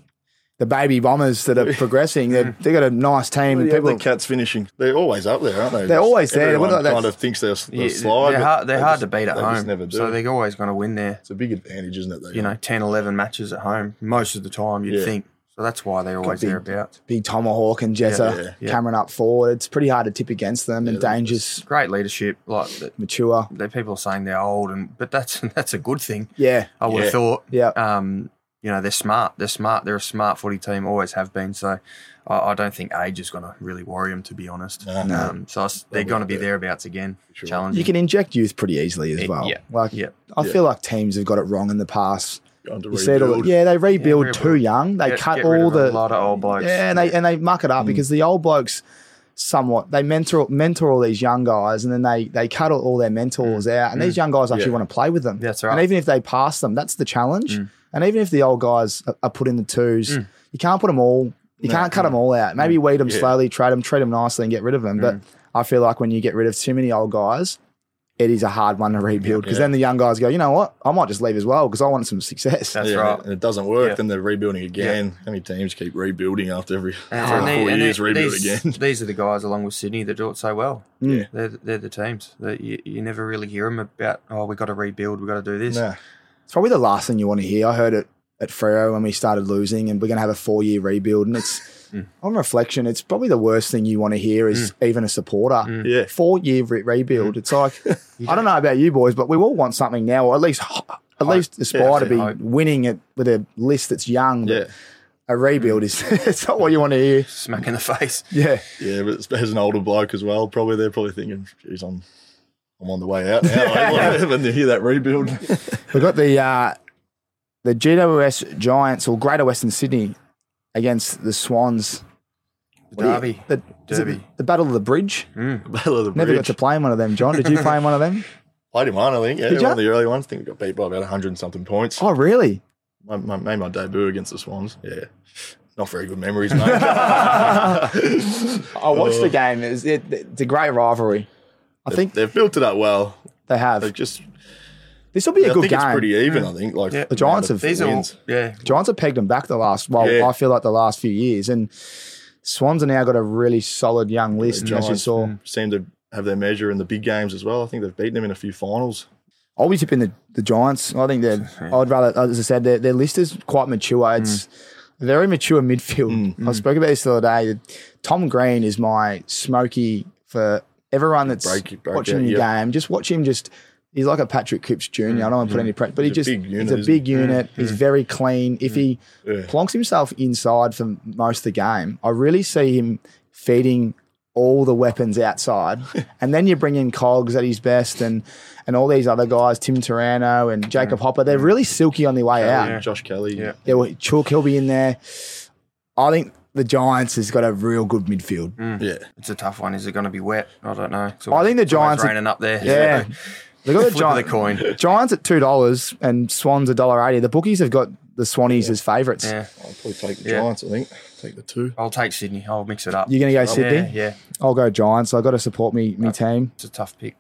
Speaker 1: the baby bombers that are progressing. They've, they've got a nice team.
Speaker 3: Yeah,
Speaker 1: people,
Speaker 3: the cats finishing. They're always up there, aren't they?
Speaker 1: They're always there.
Speaker 3: Everyone
Speaker 1: What are they-
Speaker 3: kind of thinks they're, they're
Speaker 4: Yeah,
Speaker 3: slide.
Speaker 4: they're
Speaker 3: but
Speaker 4: hard, they're
Speaker 3: they
Speaker 4: hard
Speaker 3: just-
Speaker 4: to beat at
Speaker 3: they
Speaker 4: home.
Speaker 3: Just never do.
Speaker 4: So they're always going to win there.
Speaker 3: it's a big advantage, isn't it? They
Speaker 4: You know, 10, 11 matches at home, most of the time, you'd
Speaker 3: Yeah.
Speaker 4: think. So that's why they're always
Speaker 1: be-
Speaker 4: thereabouts.
Speaker 1: big Tomahawk and Jezza
Speaker 3: Yeah, yeah,
Speaker 4: yeah.
Speaker 1: Cameron up forward. It's pretty hard to tip against them, and dangerous,
Speaker 4: Great leadership. Like, the,
Speaker 1: mature.
Speaker 4: the people are saying they're old, and but that's [laughs] that's a good thing,
Speaker 1: Yeah,
Speaker 4: I would
Speaker 3: Yeah.
Speaker 4: have thought.
Speaker 1: yeah.
Speaker 4: Um, you know, they're smart. They're smart. They're a smart footy team, always have been. So I, I don't think age is going to really worry them, to be honest.
Speaker 3: No. No.
Speaker 4: Um, so I s- they're going to be thereabouts again.
Speaker 3: Sure.
Speaker 4: Challenging.
Speaker 1: You can inject youth pretty easily as
Speaker 4: Yeah,
Speaker 1: well.
Speaker 4: yeah,
Speaker 1: Like,
Speaker 4: yeah.
Speaker 1: I feel like teams have got it wrong in the past.
Speaker 3: Going to
Speaker 1: You see it all,
Speaker 3: rebuild.
Speaker 1: yeah, they rebuild
Speaker 4: rebuild.
Speaker 1: too young. They
Speaker 4: Get-
Speaker 1: cut
Speaker 4: get rid
Speaker 1: all
Speaker 4: of a
Speaker 1: the
Speaker 4: lot of old blokes. Mm.
Speaker 1: yeah, and they and they muck it up because the old blokes somewhat they mentor mentor all these young guys, and then they they cut all, all their mentors out, and these young guys actually
Speaker 3: Yeah.
Speaker 1: want to play with them.
Speaker 4: Mm. That's right. Mm.
Speaker 1: And even if they pass them, that's the challenge. And even if the old guys are, are put in the twos, you can't put them all. You can't cut them all out. Maybe
Speaker 4: Mm.
Speaker 1: weed them slowly, trade them, treat them nicely, and get rid of them. But I feel like when you get rid of too many old guys, it is a hard one to rebuild because
Speaker 3: Yeah.
Speaker 1: then the young guys go, you know what, I might just leave as well because I want some success.
Speaker 4: That's
Speaker 3: Yeah,
Speaker 4: right.
Speaker 3: And it doesn't work,
Speaker 4: Yeah.
Speaker 3: then they're rebuilding again. How many teams keep rebuilding after every
Speaker 1: Oh.
Speaker 4: And,
Speaker 3: four
Speaker 4: they- and
Speaker 3: years,
Speaker 4: they-
Speaker 3: rebuild
Speaker 4: these, [laughs]
Speaker 3: again? [laughs]
Speaker 4: these are the guys along with Sydney that do it so well.
Speaker 1: Yeah.
Speaker 4: They're, they're the teams that you, you never really hear them about, oh, we got to rebuild, we got to do this.
Speaker 3: nah,
Speaker 1: It's probably the last thing you want to hear. I heard it at Freo when we started losing, and we're going to have a four year rebuild. And it's on reflection, it's probably the worst thing you want to hear is even a supporter.
Speaker 3: Yeah.
Speaker 1: [laughs] Four year re- rebuild. It's like, I don't know about you boys, but we all want something now, or at least ho- at least aspire
Speaker 4: Yeah,
Speaker 1: to be
Speaker 4: hope.
Speaker 1: winning it with a list that's young.
Speaker 3: Yeah,
Speaker 1: But A rebuild is [laughs] it's not what you want to hear.
Speaker 4: Smack in the [laughs] face.
Speaker 1: Yeah.
Speaker 3: yeah. But it's- as an older bloke as well, probably they're probably thinking, "Geez, I'm, I'm on the way
Speaker 1: [laughs]
Speaker 3: out now." Like, [laughs] when they hear that rebuild, [laughs]
Speaker 1: We've got the uh, the GWS Giants or Greater Western Sydney against the Swans. What do you-
Speaker 4: Derby. Mm.
Speaker 1: The, is it
Speaker 4: Derby.
Speaker 1: the Battle of the Bridge.
Speaker 3: Battle of the
Speaker 1: Never
Speaker 3: Bridge.
Speaker 1: got to play in one of them, John. Did you play in one of
Speaker 3: [laughs]
Speaker 1: them?
Speaker 3: Played him on, I think. Yeah,
Speaker 1: Did
Speaker 3: one
Speaker 1: ya?
Speaker 3: of the early ones. I think we got beat by about 100 and something points.
Speaker 1: Oh, really?
Speaker 3: My, my, made my debut against the Swans. Yeah. Not very good
Speaker 1: [laughs]
Speaker 3: memories, mate.
Speaker 1: I watched the game. It's, it, it's a great rivalry. I think
Speaker 3: They've built it up well.
Speaker 1: they have.
Speaker 3: They've just,
Speaker 1: This will be
Speaker 3: I
Speaker 1: a good
Speaker 3: think it's
Speaker 1: game.
Speaker 3: pretty even, I think. Like
Speaker 4: Yeah.
Speaker 1: the Giants have
Speaker 4: These are all,
Speaker 3: Wins.
Speaker 4: yeah.
Speaker 1: Giants have pegged them back the last. Well,
Speaker 3: Yeah.
Speaker 1: I feel like the last few years, and Swans have now got a really solid young list. as you
Speaker 3: Giants.
Speaker 1: saw,
Speaker 3: seem to have their measure in the big games as well. I think they've beaten them in a few finals.
Speaker 1: I'll be tipping the, the Giants. I think they're. I'd rather, as I said, their their list is quite mature.
Speaker 3: Mm.
Speaker 1: It's a very mature midfield. I spoke about this the other day. Tom Green is my smoky for everyone that's
Speaker 3: Break- break
Speaker 1: watching
Speaker 3: out,
Speaker 1: your
Speaker 3: yeah. Mm.
Speaker 1: game. Just watch him. Just he's like a Patrick Cripps junior. I don't want to put any pressure, but he
Speaker 3: He's a
Speaker 1: just
Speaker 3: big unit,
Speaker 1: he's a
Speaker 3: isn't
Speaker 1: big unit. He's very clean. If he
Speaker 3: Yeah.
Speaker 1: plonks himself inside for most of the game, I really see him feeding all the weapons
Speaker 4: [laughs]
Speaker 1: outside. and then you bring in Cogs at his best and and all these other guys, Tim Tarano and Jacob Hopper. They're really silky on their way out.
Speaker 3: And Josh Kelly.
Speaker 4: Yeah.
Speaker 1: There were Chalk, he'll be in there. I think the Giants has got a real good midfield.
Speaker 4: Mm.
Speaker 3: Yeah.
Speaker 4: It's a tough one. Is it going to be wet? I don't know. It's
Speaker 1: I think the
Speaker 4: it's always
Speaker 1: Giants are-
Speaker 4: raining up there. [laughs]
Speaker 1: Yeah.
Speaker 4: So,
Speaker 1: They got the,
Speaker 4: flip of the
Speaker 1: Giant-
Speaker 4: coin.
Speaker 1: Giants at two dollars and Swans a dollar eighty. The bookies have got the Swannies as favourites.
Speaker 4: Yeah.
Speaker 3: I'll probably take the
Speaker 4: Yeah.
Speaker 3: Giants, I think. Take the two.
Speaker 4: I'll take Sydney. I'll mix it up. Oh,
Speaker 1: You're gonna go Sydney?
Speaker 4: Yeah, yeah.
Speaker 1: I'll go Giants. I got to support me me team.
Speaker 4: It's a tough pick.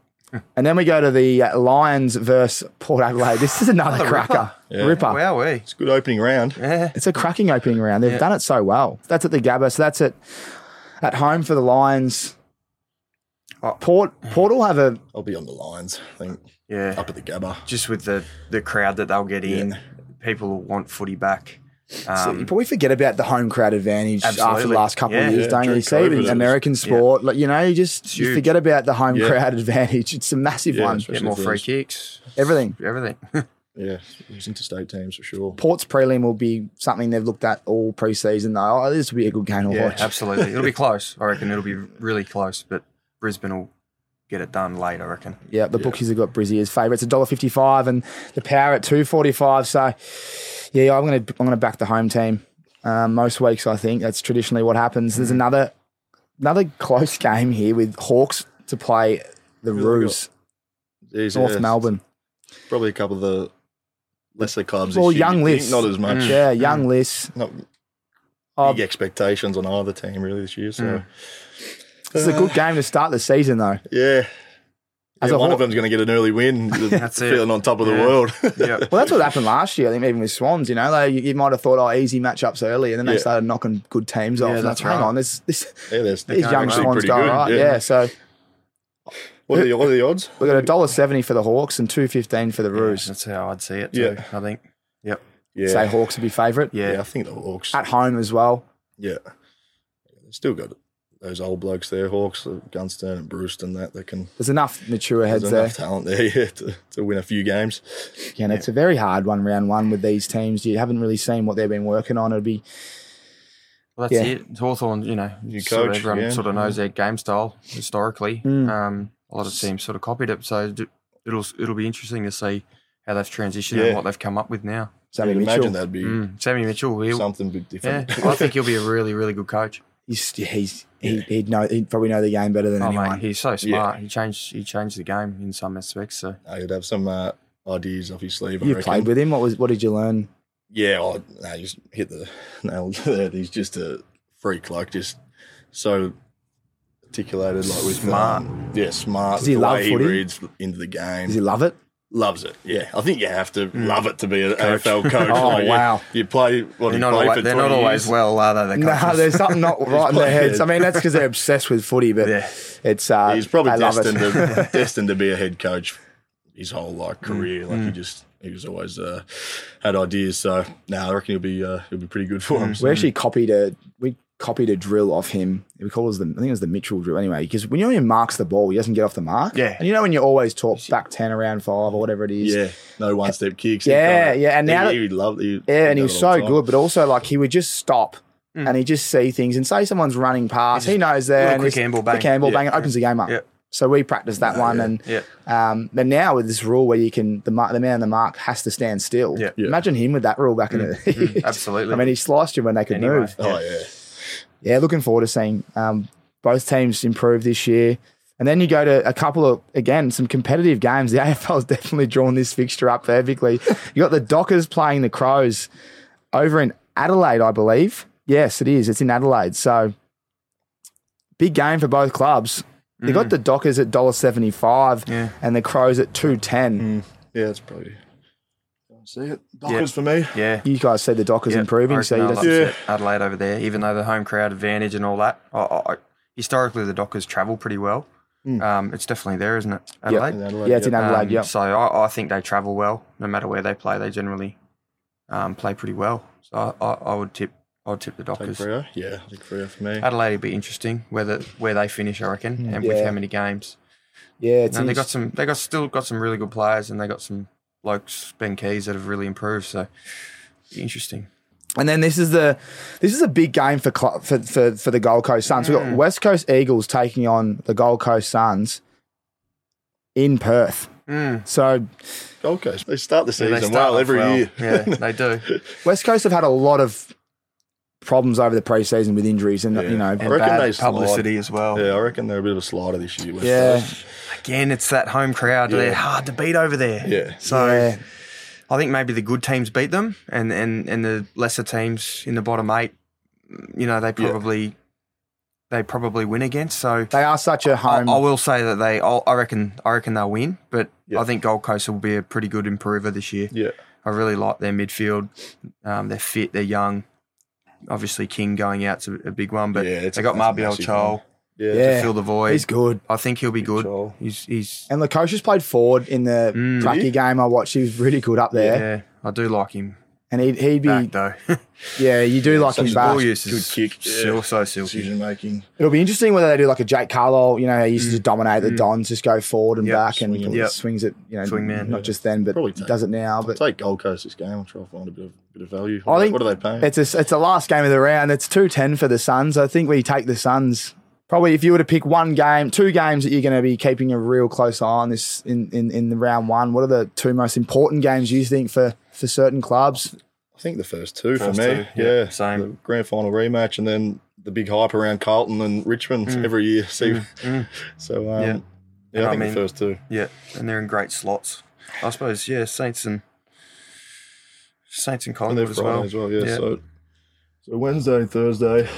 Speaker 1: And then we go to the uh, Lions versus Port Adelaide. This is another cracker.
Speaker 3: Yeah.
Speaker 1: Ripper.
Speaker 4: Wow, we.
Speaker 3: It's a good opening round.
Speaker 4: Yeah.
Speaker 1: It's a cracking opening round. They've done it so well. That's at the Gabba. So that's at at home for the Lions. Uh,
Speaker 4: Oh.
Speaker 1: Port Port will have a
Speaker 3: I'll be on the Lions, I think.
Speaker 4: Yeah.
Speaker 3: Up at the Gabba.
Speaker 4: Oh, Just with the the crowd that they'll get in, people will want footy back.
Speaker 1: so
Speaker 4: Um,
Speaker 1: you probably forget about the home crowd advantage after the
Speaker 4: Absolutely.
Speaker 1: last couple
Speaker 4: Yeah.
Speaker 1: of years,
Speaker 3: Yeah,
Speaker 1: don't you?
Speaker 3: during
Speaker 1: You see it
Speaker 3: COVID, it
Speaker 1: in
Speaker 3: was-
Speaker 1: American sport. Like, you know, you just you
Speaker 4: huge.
Speaker 1: forget about the home
Speaker 3: Yeah.
Speaker 1: crowd [laughs] advantage. It's a massive
Speaker 3: Yeah,
Speaker 1: one.
Speaker 3: especially
Speaker 4: get more
Speaker 3: for
Speaker 4: free
Speaker 3: us.
Speaker 4: kicks.
Speaker 1: Everything.
Speaker 3: [laughs]
Speaker 4: Everything.
Speaker 3: Yeah. These interstate teams for sure.
Speaker 1: Port's prelim will be something they've looked at all preseason though. Oh, this will be a good game to
Speaker 4: yeah,
Speaker 1: watch.
Speaker 3: [laughs]
Speaker 4: absolutely. It'll be close. I reckon it'll be really close, but Brisbane will get it done late. I reckon.
Speaker 1: Yeah, the bookies have got Brizzy as favourites, a dollar fifty-five, and the power at two forty-five. So, yeah, I'm gonna I'm gonna back the home team um, most weeks. I think that's traditionally what happens.
Speaker 3: Mm.
Speaker 1: There's another another close game here with Hawks to play the
Speaker 3: they got?
Speaker 1: Roos,
Speaker 3: Jeez,
Speaker 1: North
Speaker 3: yeah.
Speaker 1: Melbourne.
Speaker 3: Probably a couple of the lesser clubs. this
Speaker 1: Well,
Speaker 3: year,
Speaker 1: young
Speaker 3: you'd think.
Speaker 1: list,
Speaker 3: Not as much.
Speaker 1: Yeah, young list.
Speaker 3: Not
Speaker 1: Oh,
Speaker 3: big expectations on either team really this year. So
Speaker 1: Hmm.
Speaker 3: Uh,
Speaker 1: This is a good game to start the season though.
Speaker 3: yeah,
Speaker 1: As
Speaker 3: Yeah,
Speaker 1: a
Speaker 3: one
Speaker 1: Haw-
Speaker 3: of them's going to get an
Speaker 1: [laughs]
Speaker 3: early win.
Speaker 4: That's it.
Speaker 3: Feeling on top of the
Speaker 4: Yeah.
Speaker 3: world. [laughs]
Speaker 4: Yeah.
Speaker 1: Well, that's what happened last year. I think even with Swans, you know, they you, you might have thought, oh, easy matchups early, and then they
Speaker 3: Yeah.
Speaker 1: started knocking good teams off. and
Speaker 4: that's
Speaker 1: like, Hang
Speaker 4: right.
Speaker 1: on, this this
Speaker 3: yeah, there's
Speaker 1: these
Speaker 4: going
Speaker 1: young
Speaker 4: actually
Speaker 1: Swans
Speaker 3: pretty
Speaker 1: go
Speaker 3: good,
Speaker 1: right.
Speaker 3: yeah.
Speaker 1: yeah so.
Speaker 3: What are the, what are the odds?
Speaker 1: We got a dollar seventy for the Hawks and two fifteen for the Roos.
Speaker 4: That's how I'd see it. Too,
Speaker 3: Yeah.
Speaker 4: I think. Yep.
Speaker 3: Yeah,
Speaker 1: Say Hawks would be favourite
Speaker 4: Yeah.
Speaker 3: yeah, I think the Hawks.
Speaker 1: at home as well.
Speaker 3: Yeah, they still got those old blokes there, Hawks, uh, Gunston and Bruce, and that. They can.
Speaker 1: There's enough mature
Speaker 3: There's
Speaker 1: heads there.
Speaker 3: enough talent there [laughs] yeah, to, to win a few games.
Speaker 1: Again, it's a very hard one, round one with these teams. You haven't really seen what they've been working on. It'd be
Speaker 4: Well, that's
Speaker 1: Yeah.
Speaker 4: it. Hawthorn, you know,
Speaker 3: New
Speaker 4: sort of
Speaker 3: coach,
Speaker 4: everyone
Speaker 3: yeah.
Speaker 4: sort of knows their game style historically.
Speaker 1: Mm.
Speaker 4: Um, a lot of teams sort of copied it, so d- it'll it'll be interesting to see how they've transitioned
Speaker 3: Yeah.
Speaker 4: and what they've come up with now.
Speaker 1: Sammy
Speaker 3: You'd
Speaker 1: Mitchell.
Speaker 3: imagine that'd be
Speaker 4: Mm. Sammy Mitchell, he'll,
Speaker 3: something bit
Speaker 4: yeah,
Speaker 3: different. [laughs]
Speaker 4: I think he'll be a really really good coach.
Speaker 1: He's, he's he, he'd know he'd probably know the game better than
Speaker 4: Oh,
Speaker 1: anyone.
Speaker 4: mate, he's so smart. He changed he changed the game in some aspects. So
Speaker 3: Uh, he'd have some uh, ideas off his sleeve. I
Speaker 1: you
Speaker 3: reckon.
Speaker 1: played with him. What was what did you learn?
Speaker 3: yeah, I no, you just hit the nail [laughs] on the head. He's just a freak, like just so articulated, like with
Speaker 4: Smart.
Speaker 3: um, yeah, smart.
Speaker 1: Does he
Speaker 3: the
Speaker 1: love
Speaker 3: way he
Speaker 1: footy?
Speaker 3: reads into the game,
Speaker 1: Does he love it?
Speaker 3: loves it. Yeah, I think you have to
Speaker 4: Mm.
Speaker 3: love it to be an AFL
Speaker 1: [laughs]
Speaker 3: coach.
Speaker 1: Oh,
Speaker 3: Like, you-
Speaker 1: wow.
Speaker 3: you, play what
Speaker 4: they're
Speaker 3: you
Speaker 4: not
Speaker 3: play for
Speaker 4: always, they're not
Speaker 3: 20
Speaker 4: always
Speaker 3: years.
Speaker 4: well, are they? The
Speaker 1: No,
Speaker 4: coaches?
Speaker 1: there's something
Speaker 3: [laughs]
Speaker 1: not right in their
Speaker 3: playing
Speaker 1: heads.
Speaker 3: head.
Speaker 1: I mean, that's because they're obsessed with footy, but
Speaker 4: Yeah.
Speaker 1: it's uh,
Speaker 3: He's
Speaker 1: [laughs]
Speaker 3: probably
Speaker 1: they love it. Mm.
Speaker 3: destined to, destined to be a head coach his whole like career. Like he just he was always uh, had ideas. So now I reckon he'll be uh, he'll be pretty good for him.
Speaker 4: Mm.
Speaker 1: We actually copied a we copied a drill off him. We call it the I think it was the Mitchell drill anyway. Because when you know he marks the ball, he doesn't get off the mark.
Speaker 4: Yeah.
Speaker 1: and you know when you're always taught back ten around five or whatever it is.
Speaker 3: Yeah, no one step kicks.
Speaker 1: Yeah,
Speaker 3: He-
Speaker 1: yeah, and now
Speaker 3: he, he loved. He,
Speaker 1: yeah, and he
Speaker 3: done
Speaker 1: was
Speaker 3: it all
Speaker 1: so
Speaker 3: the time.
Speaker 1: good, but also like he would just stop.
Speaker 4: Mm.
Speaker 1: And he just see things, and say someone's running past, he knows there.
Speaker 4: little
Speaker 1: and
Speaker 4: quick
Speaker 1: just-
Speaker 4: handball bang.
Speaker 1: quick handball
Speaker 3: Yeah.
Speaker 1: bang, it opens the game up.
Speaker 4: Yeah.
Speaker 1: So we practiced that one,
Speaker 3: yeah.
Speaker 1: and
Speaker 4: Yeah.
Speaker 1: Um, but now with this rule where you can the mar- the man on the mark has to stand still.
Speaker 4: Yeah. Mm.
Speaker 3: Yeah.
Speaker 1: Imagine him with that rule back in [laughs] the
Speaker 4: absolutely.
Speaker 1: I mean, he sliced him when they could
Speaker 4: Anyway.
Speaker 1: move.
Speaker 3: Oh yeah,
Speaker 1: Yeah, looking forward to seeing um, both teams improve this year. And then you go to a couple of again some competitive games. The [laughs] AFL's definitely drawn this fixture up perfectly. you got the Dockers playing the Crows over in Adelaide, I believe. Yes, it is. It's in Adelaide. So big game for both clubs. You
Speaker 4: Mm.
Speaker 1: got the Dockers at dollar seventy five
Speaker 4: Yeah.
Speaker 1: and the Crows at two ten.
Speaker 4: Mm.
Speaker 3: yeah. It's probably. See it, Dockers for me.
Speaker 4: yeah.
Speaker 1: You guys see the Dockers
Speaker 4: Yeah, I
Speaker 1: improving,
Speaker 4: reckon
Speaker 1: so you
Speaker 4: I'll
Speaker 1: just,
Speaker 3: Yeah.
Speaker 4: upset Adelaide over there, even though the home crowd advantage and all that. I, I, I- historically, the Dockers travel pretty well. Um, it's definitely there, isn't it? Adelaide.
Speaker 3: In
Speaker 1: yeah,
Speaker 3: Adelaide,
Speaker 1: it's in
Speaker 3: yeah.
Speaker 1: Mm. Adelaide.
Speaker 4: Um,
Speaker 1: yeah,
Speaker 4: So I, I think they travel well, no matter where they play. They generally um, play pretty well. So I, I, I would tip. I would tip the
Speaker 3: Take
Speaker 4: Dockers.
Speaker 3: Freo. Yeah, I think Freo for
Speaker 1: Uh,
Speaker 3: me.
Speaker 4: Adelaide would be interesting, whether where they finish, I reckon, and with
Speaker 1: Yeah.
Speaker 4: how many games.
Speaker 1: yeah, it's
Speaker 4: And they got
Speaker 1: interesting.
Speaker 4: some. They got still got some really good players, and they got some blokes, Ben Keys, that have really improved. So be interesting.
Speaker 1: And then this is the this is a big game for cl- for, for for the Gold Coast Suns. We've got West Coast Eagles taking on the Gold Coast Suns in Perth. So
Speaker 3: Gold Coast. They start the
Speaker 4: Yeah,
Speaker 3: season
Speaker 4: they start
Speaker 3: well
Speaker 4: off
Speaker 3: every
Speaker 1: [laughs]
Speaker 4: well.
Speaker 3: year. [laughs]
Speaker 4: Yeah, they do.
Speaker 1: West Coast have had a lot of problems over the preseason with injuries and you know
Speaker 3: I reckon
Speaker 1: bad-
Speaker 3: they slide.
Speaker 4: Publicity as well.
Speaker 3: Yeah, I reckon they're a bit of a slider this year. West
Speaker 1: Yeah.
Speaker 3: Coast.
Speaker 4: Again, it's that home crowd. They're hard to beat over there.
Speaker 3: Yeah.
Speaker 4: So
Speaker 1: Yeah.
Speaker 4: I think maybe the good teams beat them, and and and the lesser teams in the bottom eight, you know, they probably they probably win against. So
Speaker 1: they are such a
Speaker 4: I,
Speaker 1: home.
Speaker 4: I will say that they. I'll, I reckon. I reckon they'll win, but
Speaker 3: Yeah.
Speaker 4: I think Gold Coast will be a pretty good improver this year.
Speaker 3: yeah.
Speaker 4: I really like their midfield. Um, they're fit. They're young. Obviously, King going out's a, a big one, but
Speaker 3: Yeah, it's
Speaker 4: they
Speaker 3: a-
Speaker 4: got
Speaker 3: that's a
Speaker 4: Marbio
Speaker 3: massive
Speaker 4: Chol
Speaker 3: one. Yeah.
Speaker 1: Yeah.
Speaker 4: fill the void.
Speaker 1: he's good.
Speaker 4: I think he'll be good.
Speaker 3: Chol.
Speaker 4: He's he's
Speaker 1: And Lukosius played forward in the
Speaker 4: Mm.
Speaker 1: Pracky
Speaker 3: Did he?
Speaker 1: game I watched. He was really good up there,
Speaker 4: yeah. I do like him
Speaker 1: and he'd, he'd be
Speaker 4: back though. [laughs]
Speaker 1: yeah. You do like him
Speaker 3: a
Speaker 1: back.
Speaker 4: Ball use
Speaker 3: Good
Speaker 4: is
Speaker 3: kick.
Speaker 4: sil-
Speaker 3: Yeah.
Speaker 4: so silky.
Speaker 3: Decision making.
Speaker 1: It'll be interesting whether they do like a Jake Carlisle, you know, he used to dominate the Dons, just go forward and
Speaker 4: Mm. Yep.
Speaker 1: back and
Speaker 3: Swing it.
Speaker 4: Yep.
Speaker 1: swings it, you know,
Speaker 4: Swing man.
Speaker 1: not just then, but
Speaker 3: Probably take
Speaker 1: does it now. But
Speaker 3: Take Gold Coast this game. I'll try to find a bit of bit of value.
Speaker 1: I think
Speaker 3: what are they paying?
Speaker 1: it's a, it's the last game of the round. It's two ten for the Suns. I think we take the Suns. Probably if you were to pick one game, two games that you're going to be keeping a real close eye on this in, in, in the round one. What are the two most important games you think for for certain clubs?
Speaker 3: I think the first two
Speaker 4: First
Speaker 3: for me.
Speaker 4: two, yeah,
Speaker 3: yeah.
Speaker 4: same.
Speaker 3: The grand final rematch and then the big hype around Carlton and Richmond every year. [laughs] See, so um,
Speaker 4: Yeah.
Speaker 3: yeah.
Speaker 4: I
Speaker 3: I think
Speaker 4: mean-
Speaker 3: the first two.
Speaker 4: Yeah, and they're in great slots. I suppose, yeah, Saints and Saints and
Speaker 3: And they're
Speaker 4: Collingwood as
Speaker 3: Friday
Speaker 4: well.
Speaker 3: as well. Yeah.
Speaker 4: Yeah.
Speaker 3: So, so Wednesday, Thursday.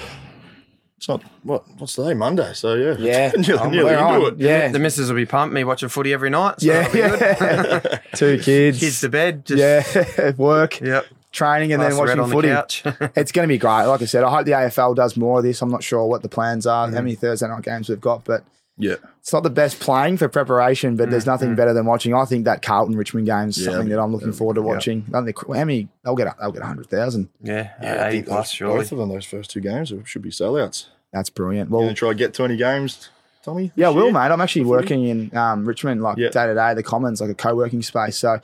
Speaker 3: It's not what what's today? Monday. So yeah.
Speaker 1: Yeah.
Speaker 3: [laughs] nearly,
Speaker 1: Um,
Speaker 3: nearly
Speaker 1: we're
Speaker 3: into
Speaker 1: on.
Speaker 3: it.
Speaker 1: Yeah,
Speaker 4: The missus will be pumped, me watching footy every night. So
Speaker 1: yeah, [laughs] yeah. two kids,
Speaker 4: [laughs] Kids to bed. Just,
Speaker 1: yeah, [laughs] work,
Speaker 4: Yep.
Speaker 1: training, and
Speaker 4: pass
Speaker 1: then
Speaker 4: the red
Speaker 1: watching
Speaker 4: on the
Speaker 1: footy.
Speaker 4: couch. [laughs]
Speaker 1: it's going to be great. Like I said, I hope the AFL does more of this. I'm not sure what the plans are, how many Thursday night games we've got, but
Speaker 3: Yeah.
Speaker 1: it's not the best playing for preparation. But there's nothing better than watching. I think that Carlton Richmond game is something that I'm looking forward to watching. I think how many they'll get they'll get hundred thousand.
Speaker 4: yeah,
Speaker 3: I
Speaker 4: eighty
Speaker 3: think those-
Speaker 4: plus surely.
Speaker 3: Both of them, those first two games, should be sellouts.
Speaker 1: That's brilliant.
Speaker 3: You
Speaker 1: Well,
Speaker 3: gonna try to get to any games, Tommy?
Speaker 1: yeah, I
Speaker 3: this
Speaker 1: will,
Speaker 3: year?
Speaker 1: mate. I'm actually working in um, Richmond, like
Speaker 3: Yeah.
Speaker 1: day to day, the Commons, like a co-working space. So.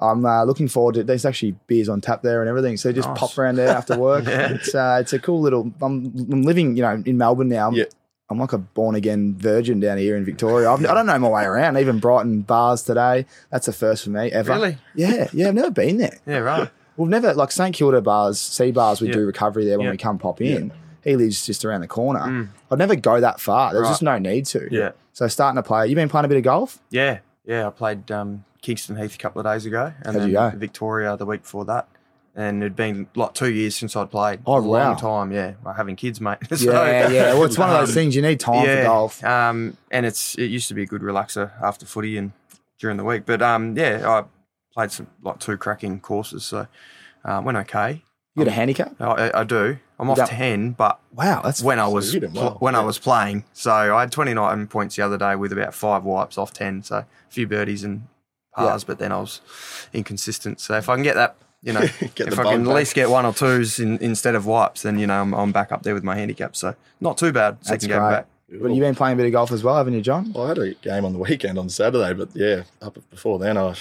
Speaker 1: I'm uh, looking forward to. There's actually beers on tap there and everything, so just
Speaker 4: Nice.
Speaker 1: pop around there after
Speaker 3: [laughs]
Speaker 1: work. It's uh, it's a cool little. I'm, I'm living, you know, in Melbourne now. I'm,
Speaker 3: Yeah.
Speaker 1: I'm like a born again virgin down here in Victoria. I've, I don't know my way around. Even Brighton bars today. That's a first for me ever.
Speaker 4: Really?
Speaker 1: Yeah, yeah. I've never been there.
Speaker 4: Yeah, right.
Speaker 1: We've never like St Kilda bars, sea bars. We
Speaker 4: Yeah.
Speaker 1: do recovery there when
Speaker 4: Yeah. Mm.
Speaker 1: we come pop in. He lives just around the corner. I'd never go that far. There's
Speaker 4: Right.
Speaker 1: just no need to.
Speaker 4: Yeah.
Speaker 1: So starting to play. You've been playing a bit of
Speaker 4: [laughs]
Speaker 1: golf.
Speaker 4: Yeah, yeah. I played um, Kingston Heath a couple of days ago, and
Speaker 1: How'd
Speaker 4: then
Speaker 1: you go?
Speaker 4: Victoria the week before that. And it'd been like two years since I'd played.
Speaker 1: Oh,
Speaker 4: a
Speaker 1: wow.
Speaker 4: long time. Yeah, Well, having kids, mate. [laughs] So-
Speaker 1: Yeah, yeah. Well, it's one of those
Speaker 4: [laughs] Um,
Speaker 1: things. You need time for golf.
Speaker 4: Um, and it's it used to be a good relaxer after footy and during the week. But um, yeah, I played some like two cracking courses, so um, went okay.
Speaker 1: You got a handicap.
Speaker 4: I, I- I do. I'm off
Speaker 1: don't-
Speaker 4: ten, but
Speaker 1: Wow, that's
Speaker 4: when I was
Speaker 3: you did well.
Speaker 4: pl- when I was playing, so I had 29 points the other day with about five wipes off ten, so a few birdies and pars, but then I was inconsistent. So if I can get that, you know,
Speaker 3: [laughs] Get
Speaker 4: if
Speaker 3: the
Speaker 4: I can
Speaker 3: bug
Speaker 4: at
Speaker 3: back.
Speaker 4: least get one or twos in, instead of wipes, then you know I'm, I'm back up there with my handicap. So not too bad.
Speaker 1: That's
Speaker 4: Second
Speaker 1: great.
Speaker 4: game back.
Speaker 1: [laughs] But you've been playing a bit of golf as well, haven't you,
Speaker 4: [laughs]
Speaker 1: John?
Speaker 3: Well, I had a game on the weekend on Saturday, but yeah, up before then I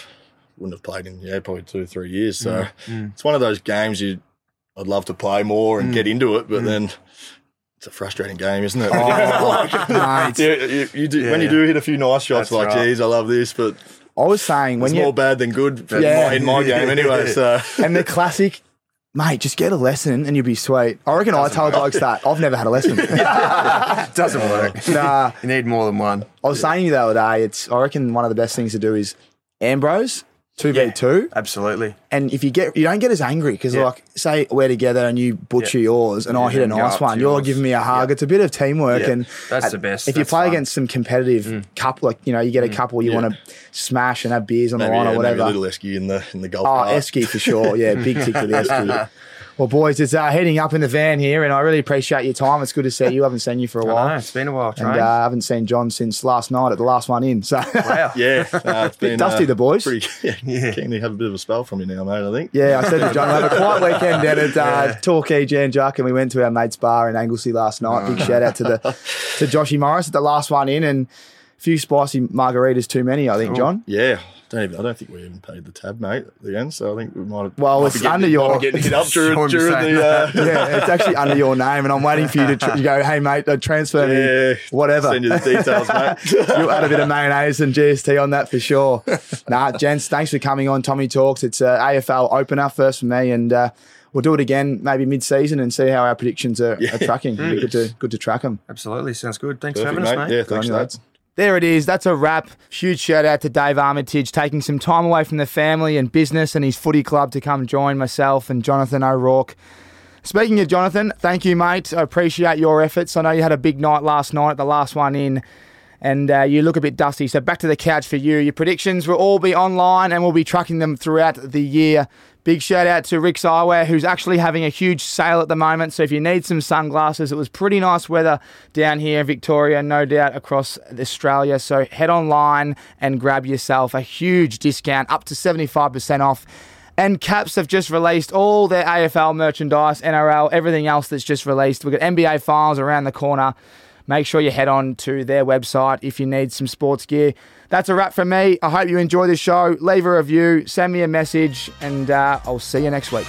Speaker 3: wouldn't have played in yeah probably two three years. So
Speaker 1: Mm,
Speaker 3: it's one of those games you I'd love to play more and get into
Speaker 1: Mm.
Speaker 3: it, but then it's a frustrating game, isn't it?
Speaker 1: Oh,
Speaker 3: [laughs] Like, you, you, you do, when you
Speaker 4: Yeah.
Speaker 3: do hit a few nice shots,
Speaker 4: That's
Speaker 3: like
Speaker 4: right.
Speaker 3: geez, I love this, but
Speaker 1: I was saying when
Speaker 3: it's
Speaker 1: you
Speaker 3: more bad than good for
Speaker 1: Yeah.
Speaker 3: my, in
Speaker 1: [laughs]
Speaker 3: my game anyway. So
Speaker 1: and the classic, mate, just get a lesson and you'll be sweet. I reckon I tell blokes that. I've never had a
Speaker 4: [laughs]
Speaker 1: lesson. [laughs]
Speaker 4: Doesn't work.
Speaker 1: nah,
Speaker 4: You need more than one.
Speaker 1: I was saying to you the other day, it's I reckon one of the best things to do is Ambrose two v two,
Speaker 4: Absolutely.
Speaker 1: and if you get you don't get as angry because like say we're together and you butcher yours and I hit a
Speaker 4: then go
Speaker 1: nice
Speaker 4: up
Speaker 1: one,
Speaker 4: to
Speaker 1: you're
Speaker 4: yours.
Speaker 1: giving me a hug. It's a bit of teamwork,
Speaker 4: Yeah.
Speaker 1: and
Speaker 4: That's
Speaker 1: at-
Speaker 4: the best.
Speaker 1: If you
Speaker 4: That's
Speaker 1: play
Speaker 4: fun. Mm.
Speaker 1: against some competitive couple, like you know you get a couple you want to smash and have beers on
Speaker 3: maybe,
Speaker 1: the line
Speaker 3: yeah,
Speaker 1: or
Speaker 3: maybe a
Speaker 1: whatever.
Speaker 3: little esky in the in the golf.
Speaker 1: Oh,
Speaker 3: cart.
Speaker 1: Esky
Speaker 4: [laughs]
Speaker 1: for sure. Yeah, big tick for the Esky. Well, boys, it's uh, heading up in the van here, and I really appreciate your time. It's good to see you. I haven't seen you for a
Speaker 4: I know,
Speaker 1: while,
Speaker 4: it's been a while,
Speaker 1: and
Speaker 4: Train.
Speaker 1: uh, I haven't seen John since last night at the last one in. So, [laughs]
Speaker 4: wow.
Speaker 3: Yeah, nah, it's been
Speaker 1: dusty,
Speaker 3: uh,
Speaker 1: the boys. [laughs]
Speaker 3: Pretty yeah, keen to have a bit of a spell from you now, mate. I think.
Speaker 1: yeah, I said to John, we had a quiet weekend down at uh, Torquay Jan Jack, and we went to our mate's bar in Anglesey last night. Big shout out to
Speaker 3: [laughs]
Speaker 1: the to Joshy Morris at the last one in, and a few spicy margaritas too many,
Speaker 3: Oh.
Speaker 1: I think, John.
Speaker 3: Yeah, don't even. I don't think we even paid the tab, mate. At the end, so I think we might have.
Speaker 1: Well,
Speaker 3: might
Speaker 1: it's
Speaker 3: be getting-
Speaker 1: under your-
Speaker 3: might be
Speaker 1: [laughs]
Speaker 3: getting hit up during,
Speaker 4: Saw him
Speaker 3: during
Speaker 4: saying
Speaker 3: the. Uh,
Speaker 1: Yeah, it's actually under your name, and I'm waiting for you to tr- you go, hey, mate, uh, transfer [laughs]
Speaker 3: yeah,
Speaker 1: me, whatever.
Speaker 3: Send you the details,
Speaker 1: [laughs]
Speaker 3: mate.
Speaker 1: You'll add a bit of mayonnaise and GST on that for
Speaker 3: [laughs]
Speaker 1: sure. Nah, gents, thanks for coming on Tommy Talks. It's uh, a AFL opener first for me, and uh, we'll do it again maybe mid-season and see how our predictions are, are tracking. It'll be good to good to track them.
Speaker 4: Absolutely. Sounds good. Thanks
Speaker 3: Perfect,
Speaker 4: for having us, mate.
Speaker 3: Yeah, thanks, lads.
Speaker 5: There it is. That's a wrap. Huge shout out to Dave Armitage taking some time away from the family and business and his footy club to come join myself and Jonathan O'Rourke. Speaking of Jonathan, thank you, mate. I appreciate your efforts. I know you had a big night last night, the last one in, and uh, you look a bit dusty. So back to the couch for you. Your predictions will all be online and we'll be tracking them throughout the year. Big shout out to Rick's Eyewear, who's actually having a huge sale at the moment. So if you need some sunglasses, it was pretty nice weather down here in Victoria, no doubt across Australia. So head online and grab yourself a huge discount, up to 75% off. And Caps have just released all their AFL merchandise, NRL, everything else that's just released. We've got NBA finals around the corner. Make sure you head on to their website if you need some sports gear. That's a wrap from me. I hope you enjoy the show. Leave a review, send me a message, and uh, I'll see you next week.